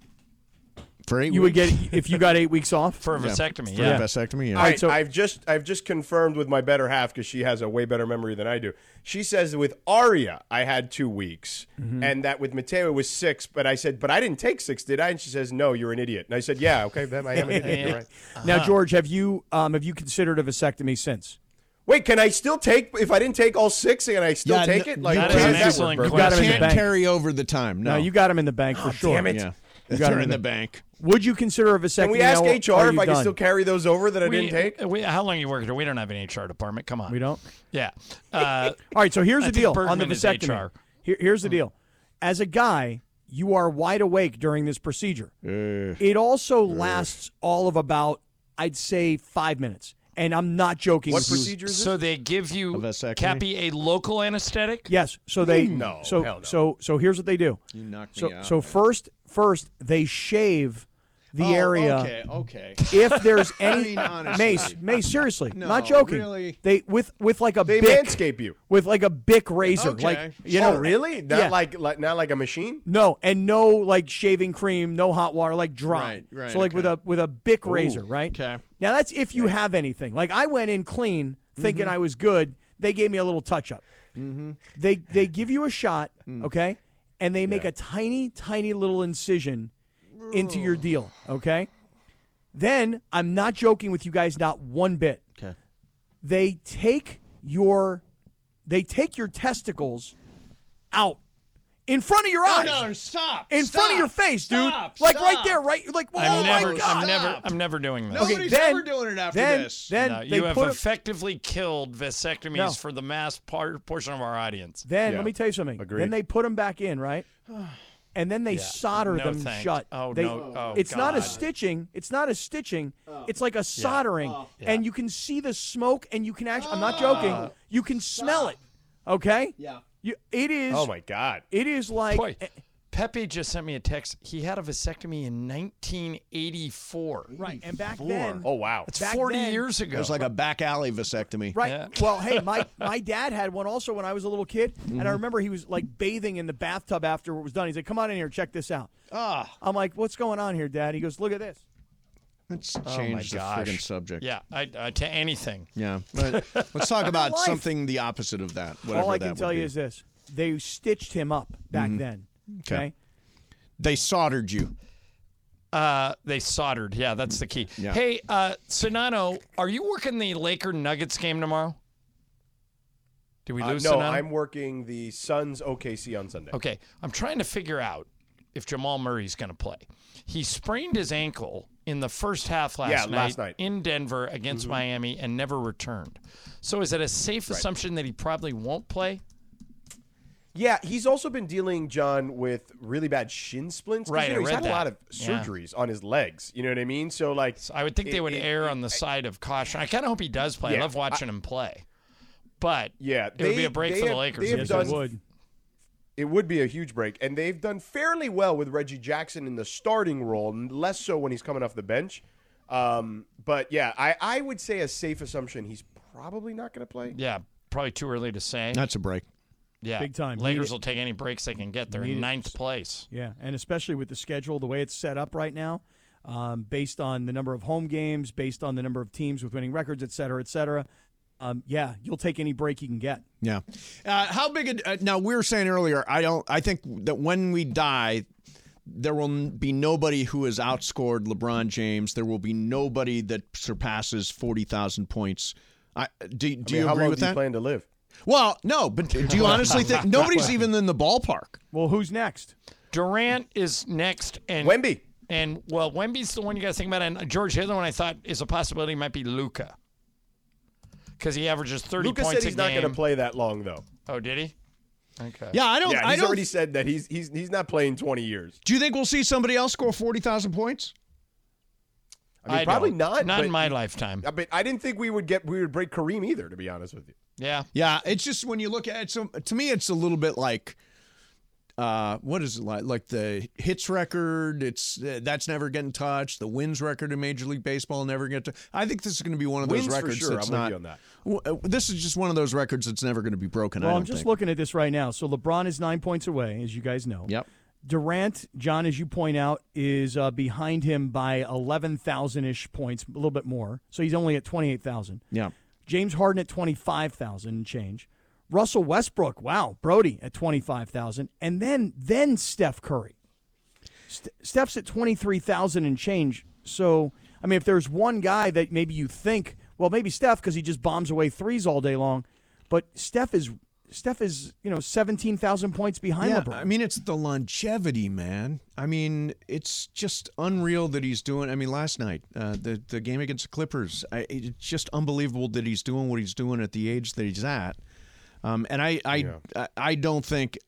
For eight
you would
weeks?
get if you got eight weeks off
for a vasectomy.
For a
Yeah.
vasectomy, yeah.
All right, I've just I've just confirmed with my better half because she has a way better memory than I do. She says with Aria I had two weeks, and that with Mateo was six. But I said, but I didn't take six, did I? And she says, no, you're an idiot. And I said, yeah, okay, then I am an idiot. You're right.
Uh-huh.
Now, George, have you um, have you considered a vasectomy since?
Wait, can I still take if I didn't take all six? Can I still
Yeah,
take
n-
it? Like
you
how
can't-
does that
you
work, Bert?
You got him in the
can't
bank.
carry over the time. No,
No, you got him in the bank for sure.
Oh, damn it.
Yeah.
You got
They're
him
in
in
the
the-
bank.
Would you consider a vasectomy?
Can we ask
now, or
HR
are
if
you
I can
done?
still carry those over that I didn't take?
We, how long you work here? We don't have an HR department. Come on.
We don't.
Yeah. Uh,
All right, so here's
I
the
think
deal on the
Bergman is
vasectomy.
HR.
Here, here's the deal. As a guy, you are wide awake during this procedure. It also lasts all of about, I'd say, five minutes. And I'm not joking. with you.
So they give you
A vasectomy?
Cappy a local anesthetic.
Yes. So they
No,
So
hell no.
so so here's what they do.
You knocked me
So
out,
so
man.
first first they shave the
Oh,
area.
Okay, okay.
If there's
I
any
mean, honestly.
Mace, Mace, seriously,
No,
not joking.
really?
They with with like a
They
bic,
manscape you.
with like a bic razor,
Okay.
like you know,
oh, really? Not
Yeah.
like, like not like a machine.
No, and no like shaving cream, no hot water, like dry.
Right, right,
so like with
okay.
a with a bic razor, right?
okay.
Now that's if you have anything. Like I went in clean, thinking I was good. They gave me a little touch up. Mm-hmm.
Mm-hmm.
They they give you a shot,
Mm.
okay, and they make a tiny tiny little incision into your deal, okay. Then I'm not joking with you guys, not one bit.
Okay.
They take your they take your testicles out in front of your eyes
stop.
in front of your face, dude. like right there, right? Like, oh
I'm
my
never.
god!
I'm never. I'm never doing this.
Okay, Nobody's
then,
ever doing it after
then,
this.
Then
No,
they
you have
put. a,
effectively killed vasectomies
No.
for the mass part, portion of our audience.
then
Yeah.
let me tell you something.
Agreed.
Then they put them back in, right? And then they solder
No
them
thanks.
shut.
Oh,
They-
no. Oh,
it's not a
God.
stitching. It's not a stitching. It's like a soldering, and you can see the smoke, and you can actually. I'm not
Ah.
joking. You can smell it. Okay. Yeah. You, it is.
Oh my god.
It is like.
Boy, Pepe just sent me a text. He had a vasectomy in 1984.
Right, and back then-
Oh wow.
It's
Back
40
then-
years
It
ago.
was like a back alley vasectomy.
Right.
Yeah.
Well, hey, my my dad had one also when I was a little kid, and
Mm-hmm.
I remember he was like bathing in the bathtub after it was done. He's like, "Come on in here, check this out."
Ah,
I'm like, "What's going on here, Dad?" He goes, "Look at this."
let's
oh my
change the
gosh.
friggin' subject.
Yeah, I, uh, to anything.
Yeah, but let's talk about
life.
something the opposite of that. Whatever
All I
that
can
would
tell
be. Mm-hmm.
you is this: they stitched him up back then. Okay.
they soldered you.
Uh, they soldered. Yeah, that's the key.
Yeah.
Hey, uh, Sonano, are you working the Laker Nuggets game tomorrow? Did we
Uh,
lose?
no,
Sonano?
I'm working the Suns OKC on Sunday.
Okay, I'm trying to figure out if Jamal Murray's going to play. He sprained his ankle in the first half last,
Yeah,
night,
last night. Mm-hmm.
in Denver against Miami and never returned. So is it a safe assumption that he probably won't play?
Yeah, he's also been dealing, John, with really bad shin splints. 'cause,
Right,
you
I
know, he's
read
had
that.
a lot of
Yeah.
surgeries on his legs. You know what I mean? So like,
So I would think they
it-
would
it-
err on the side of caution. I kind of hope he does play. I
Yeah,
love watching him play. But
yeah,
it would be a break
they
for the
have-
Lakers.
They
if
have
he
I
done
does.
would.
it would be a huge break. And they've done fairly well with Reggie Jackson in the starting role, n- less so when he's coming off the bench. Um, but yeah, I, I would say a safe assumption he's probably not going to play.
Yeah, probably too early to say.
That's a break.
yeah,
big time. Need
Lakers
it.
will take any breaks they can get. They're
Need
in
it.
ninth place.
Yeah, and especially with the schedule, the way it's set up right now, um, based on the number of home games, based on the number of teams with winning records, et cetera, et cetera. Um, yeah, you'll take any break you can get.
Yeah. Uh, how big? A, uh, now we were saying earlier. I don't. I think that when we die, there will n- be nobody who has outscored LeBron James. There will be nobody that surpasses forty thousand points. I, do do
I mean,
you
how
agree
long
with
do you
that?
plan to live?
Well, no, but do you honestly think nobody's even in the ballpark?
Well, who's next?
Durant is next, and
Wemby.
And well, Wemby's the one you got to think about. And George, the other one I thought is a possibility might be Luca, because he averages thirty
Luca
points
said he's
a
not
game.
going to play that long, though.
Oh, did he? Okay.
Yeah, I don't-
Yeah,
I
he's
don't-
already said that he's he's he's not playing twenty years.
Do you think we'll see somebody else score 40,000 points?
I mean,
I
probably
don't.
not.
Not in
but-
my lifetime.
I- But I didn't think we would get we would break Kareem either. To be honest with you,
Yeah.
Yeah, it's just when you look at it, so to me, it's a little bit like, uh, what is it like? Like the hits record, it's uh, that's never getting touched. The wins record in Major League Baseball never get to. I think this is going to be one of those
Wins for
records
sure,
that's
I'm with
not.
you on that.
w- uh, this is just one of those records that's never going to be broken. I
Well,
don't
I'm just
think.
looking at this right now. So LeBron is nine points away, as you guys know.
Yep.
Durant, John, as you point out, is uh, behind him by 11,000 ish points, a little bit more. So he's only at 28,000.
Yeah.
James Harden at 25,000 and change. Russell Westbrook, wow, Brody at 25,000 and then then Steph Curry. St- Steph's at 23,000 and change. So, I mean if there's one guy that maybe you think, well maybe Steph cuz he just bombs away threes all day long, but Steph is Steph is, you know, 17,000 points behind
yeah,
LeBron.
I mean, it's the longevity, man. I mean, it's just unreal that he's doing. I mean, last night, uh, the the game against the Clippers, I, it's just unbelievable that he's doing what he's doing at the age that he's at. Um, and I I, I I don't think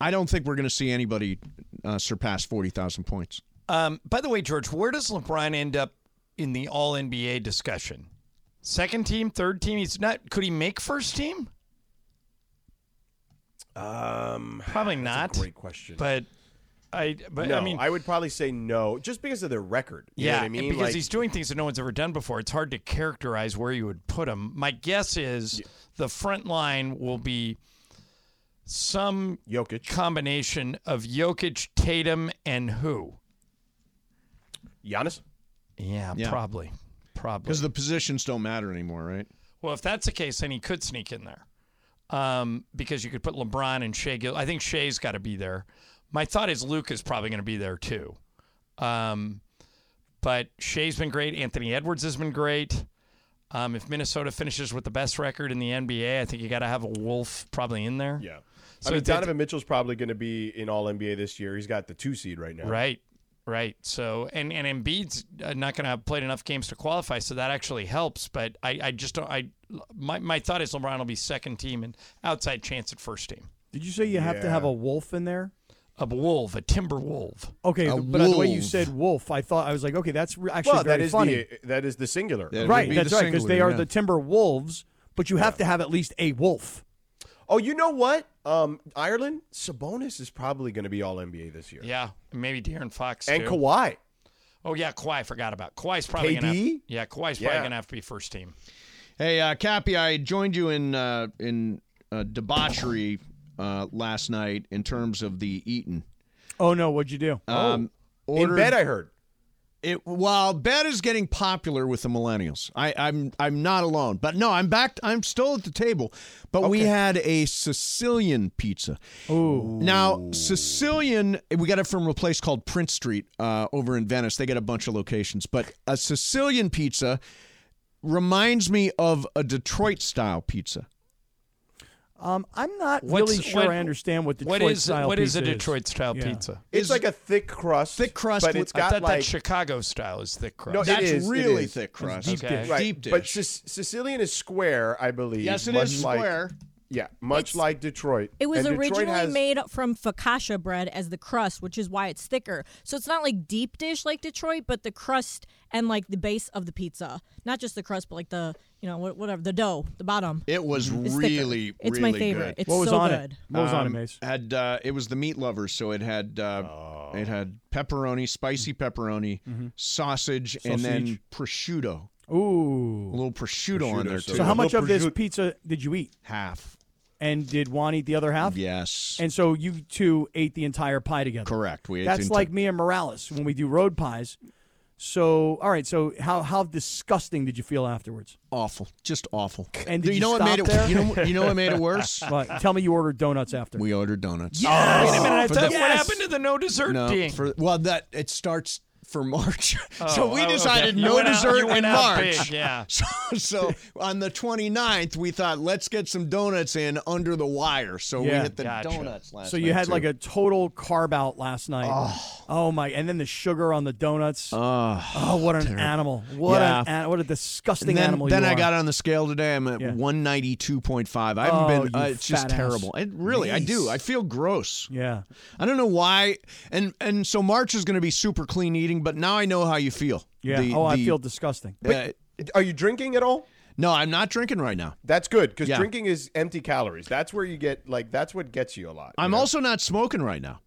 I don't think we're going to see anybody uh, surpass forty thousand points.
Um, by the way, George, where does LeBron end up in the All NBA discussion? Second team, third team. He's not. Could he make first team?
Um,
Probably not.
That's a great question.
But I. But
no,
I mean,
would probably say no, just because of their record. You know
yeah,
what I mean,
because
Like-
he's doing things that no one's ever done before. It's hard to characterize where you would put him. My guess is the front line will be some
Jokic
combination of Jokic, Tatum, and who?
Giannis.
Yeah,
Yeah.
probably, probably.
Because the positions don't matter anymore, right?
Well, if that's the case, then he could sneak in there um, because you could put LeBron and Shea. Gil- I think Shea's got to be there. My thought is Luke is probably going to be there too. Um, but Shea's been great. Anthony Edwards has been great. Um, if Minnesota finishes with the best record in the NBA, I think you got to have a Wolf probably in there.
Yeah. I
So
mean,
it- it-
Donovan Mitchell's probably going to be in All NBA this year. He's got the two seed right now.
Right, right. So and and Embiid's uh, not going to have played enough games to qualify, so that actually helps. But I, I just don't. I my my thought is LeBron will be second team and outside chance at first team.
Did you say you have to have
Yeah.
a wolf in there?
A wolf, a timber wolf.
Okay,
A
th- but the way you
wolf.
said wolf, I thought I was like, okay, that's re- actually
well,
very
that is
funny.
the that is the singular.
right, that's right, because they are the timber wolves, but you have to have at least a wolf.
Oh, you know what? Um, Ireland Sabonis is probably going to be All NBA this year.
Yeah, and maybe De'Aaron Fox
And
too.
Kawhi.
Oh yeah, Kawhi. I forgot about Kawhi's probably gonna.
KD?
Have, yeah, Kawhi's
Yeah.
probably gonna have to be first team.
Hey, uh, Cappy, I joined you in uh, in uh, debauchery uh, last night in terms of the Eaton.
Oh no, what'd you do?
Um,
Oh.
ordered-
heard.
It, while bed is getting popular with the millennials, I, I'm I'm not alone. But no, I'm back. I'm still at the table. But we had a Sicilian pizza.
Ooh.
Now Sicilian, we got it from a place called Prince Street uh, over in Venice. They got a bunch of locations, but a Sicilian pizza reminds me of a Detroit style pizza.
Um, I'm not
What's-
really sure
what-
I understand what Detroit
what is
style
what is
pizza
a Detroit style
Yeah.
pizza?
It's, like a thick crust. Thick
crust
but
with-
it's
I
got
thought
like
that Chicago style is thick crust.
No, it is, it is.
Deep dish.
Right,
Deep
But
dish.
Sic- Sicilian is square, I believe.
Yes, it
much
is
like-
square.
Yeah, much like Detroit.
It was
And Detroit
originally
has-
made from focaccia bread as the crust, which is why it's thicker. So it's not like deep dish like Detroit, but the crust and like the base of the pizza. Not just the crust, but like the, you know, wha- whatever, the dough, the bottom.
It was
Mm-hmm. It's thicker.
really,
It's
really
my favorite.
Good.
It's so good.
What was on it, Mace? Oh.
Had uh, it was the meat lovers, so it had uh, it had pepperoni, spicy pepperoni, sausage, and then
Mm-hmm. Sausage.
prosciutto.
Ooh,
a little prosciutto, on there too.
So how much of this pizza did you eat?
Half.
And did Juan eat the other half?
Yes.
And so you two ate the entire pie together.
Correct. We ate
That's
the enti-
like me and Morales when we do road pies. So all right, so how how disgusting did you feel afterwards?
Awful, just awful.
And
Do
did
you know what
stop
made it-
There?
you know what- you know what made it worse?
What? Tell me you ordered donuts after.
We ordered donuts. Oh,
Yes! Wait a minute, I
For
thought-
the-
what happened to the no dessert
No,
ding?
for- well, that it starts for March.
Oh,
so we
oh,
decided
okay. You
no
went out-
dessert
you went
in
out
March.
big, yeah.
So, so on the 29th, we thought, let's get some donuts in under the wire. So we hit the donuts last
So you
night,
had
too.
like a total carb out last night. Oh. my! And then the sugar on the donuts.
Oh,
what an
terrible.
animal! What an
Yeah.
an, what a disgusting
And then,
animal!
Then
you
I
are.
got on the scale today. I'm at 192.5. I haven't
Oh,
been.
you
Uh, it's just
fat ass.
terrible. It really, I do.
Nice.
I feel gross.
Yeah.
I don't know why. And and so March is going to be super clean eating, but now I know how you feel.
Yeah.
The-
oh, I
the-
feel disgusting.
Are you drinking at all?
No, I'm not drinking right now.
That's good because
Yeah.
drinking is empty calories. That's where you get like that's what gets you a lot.
I'm also not smoking right now.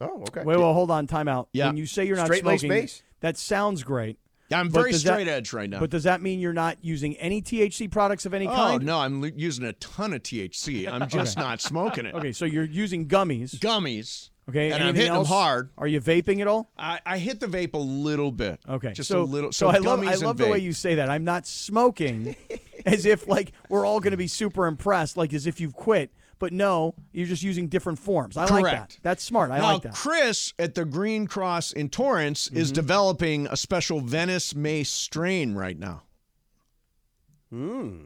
Oh, okay.
Wait, well, hold on, time out.
Yeah.
When you say you're not
Straight-laced
smoking,
base.
that sounds great.
Yeah, I'm
but
very
does that-
straight edge right now.
But does that mean you're not using any THC products of any
Oh
kind?
no, I'm l- using a ton of THC. I'm just
Okay.
not smoking it.
Okay, so you're using gummies.
Gummies.
Okay,
and I'm
anything
hitting
else?
them hard.
Are you vaping at all?
I, I hit the vape a little bit.
Okay,
just
so,
a little.
So, I love
gummies
I
and
love the way
vape.
you say that. I'm not smoking, as if like we're all going to be super impressed, like as if you've quit. But no, you're just using different forms. I like that.
Correct.
That's smart. I
now,
like that. Mm-hmm.
Chris at the Green Cross in Torrance is developing a special Venice Mace strain right now.
Hmm.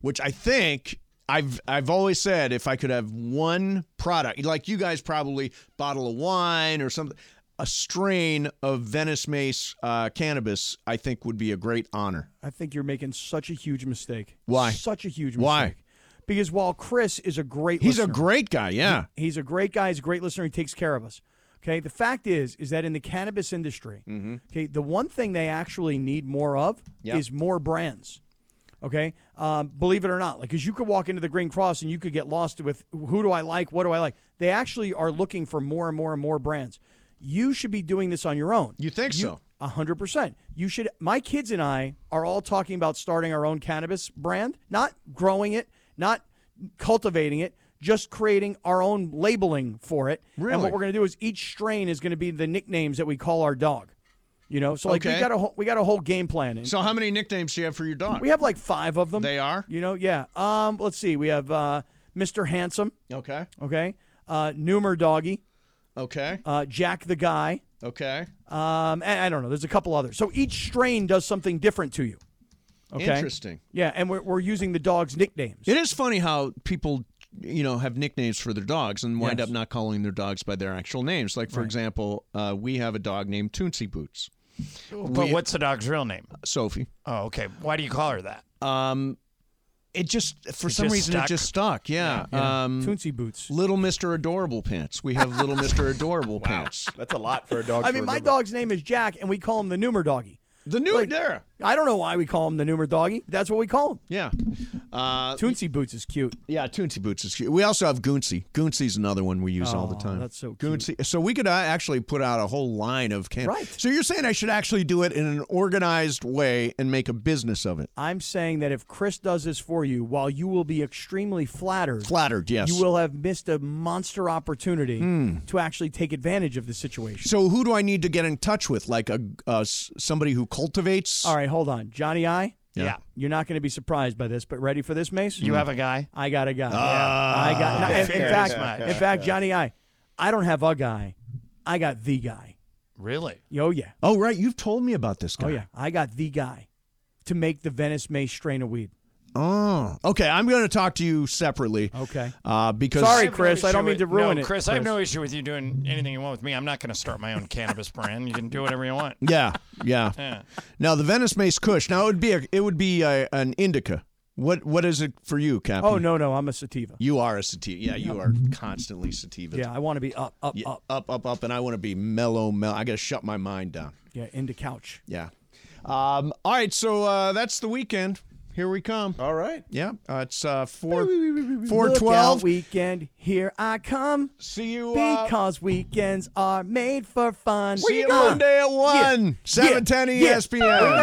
Which I think I've I've always said if I could have one product, like you guys probably bottle of wine or something, a strain of Venice Mace uh, cannabis, I think would be a great honor.
I think you're making such a huge mistake.
Why?
Such a huge mistake.
Why?
Because while Chris is a great
He's
listener-
a great guy, yeah.
He- he's a great guy. He's a great listener. He takes care of us. Okay. The fact is, is that in the cannabis industry, okay, the one thing they actually need more of
Mm-hmm. Yeah.
is more brands. Okay. Um, believe it or not, like, because you could walk into the Green Cross and you could get lost with who do I like? What do I like? They actually are looking for more and more and more brands. You should be doing this on your own.
You think so?
A hundred percent. You should. My kids and I are all talking about starting our own cannabis brand, not growing it, not cultivating it, just creating our own labeling for it. And
Really?
what we're going to do is each strain is going to be the nicknames that we call our dog. You know, so like we
Okay.
got a whole, we got a whole game plan. And
So how many nicknames do you have for your dog?
we have like five of them.
They are?
You know, yeah. Um, let's see. We have uh, Mister Handsome.
Okay.
Okay. Uh, Numer Doggy.
Okay.
Uh, Jack the Guy.
Okay.
Um, I, I don't know. There's a couple others. So each strain does something different to you. Okay.
Interesting.
Yeah, and we're, we're using the dog's nicknames.
It is funny how people, you know, have nicknames for their dogs and wind
Yes.
up not calling their dogs by their actual names. Like, for example, uh, we have a dog named Tootsie Boots.
But
We- Uh,
what's the dog's real name?
Sophie.
Oh, okay. Why do you call her that?
Um, it just for
It
some
just
reason
stuck?
it just stuck. Yeah.
Yeah.
Um,
Tootsie Boots.
Little Mister Adorable Pants. We have Little Mister Adorable Pants.
That's a lot for a dog.
I mean, my dog's name is Jack, and we call him the Numer Doggy.
The new
Like-
there.
I don't know why we call him the Numer Doggy. That's what we call him.
Yeah. Uh,
Tootsie Boots is cute.
yeah, Tootsie Boots is cute. We also have Goonsy. Goonsy's another one we use all the
Oh,
time.
that's so cute.
Goonsy. So we could uh, actually put out a whole line of can.
Right.
So you're saying I should actually do it in an organized way and make a business of it.
I'm saying that if Chris does this for you, while you will be extremely flattered,
Flattered, yes. Hmm.
you will have missed a monster opportunity to actually take advantage of the situation.
So who do I need to get in touch with? Like a uh, s- somebody who cultivates.
All right, hold on. Johnny I,
Yeah.
you're not going to be surprised by this, but ready for this, Mace?
You have a guy?
I got a guy.
Ah.
I got.
I
in- in,
figured as
fact,
much.
in fact, Johnny, I, I don't have a guy. I got the guy.
Really?
Yo, yeah.
Oh right, you've told me about this guy.
Oh yeah. I got the guy to make the Venice May strain of weed.
Oh. Okay, I'm going to talk to you separately.
Okay.
Uh, because
Sorry,
have no
Chris, I
issue
don't mean
with-
to ruin
no,
it,
Chris, I have
Chris.
no issue with you doing anything you want with me. I'm not going to start my own cannabis brand. You can do whatever you want.
Yeah, yeah.
Yeah.
Now the Venice Mace Kush. Now it would be a, it would be a, an indica. What what is it for you, Captain?
Oh no, no, I'm a sativa.
You are a sativa. Yeah, you are constantly sativa.
Yeah, I want to be up, up,
Yeah,
up.
up, up, up, and I want to be mellow, mellow. I got to shut my mind down.
Yeah, into couch.
Yeah. Um, all right, so uh, that's the weekend. Here we come.
All right.
Yeah, uh, it's uh, four four
Look out
twelve.
weekend. Here I come.
See you. Uh,
Because weekends are made for fun.
see you
Uh,
Monday at
yeah,
one.
yeah,
Seven ten E
yeah.
ESPN.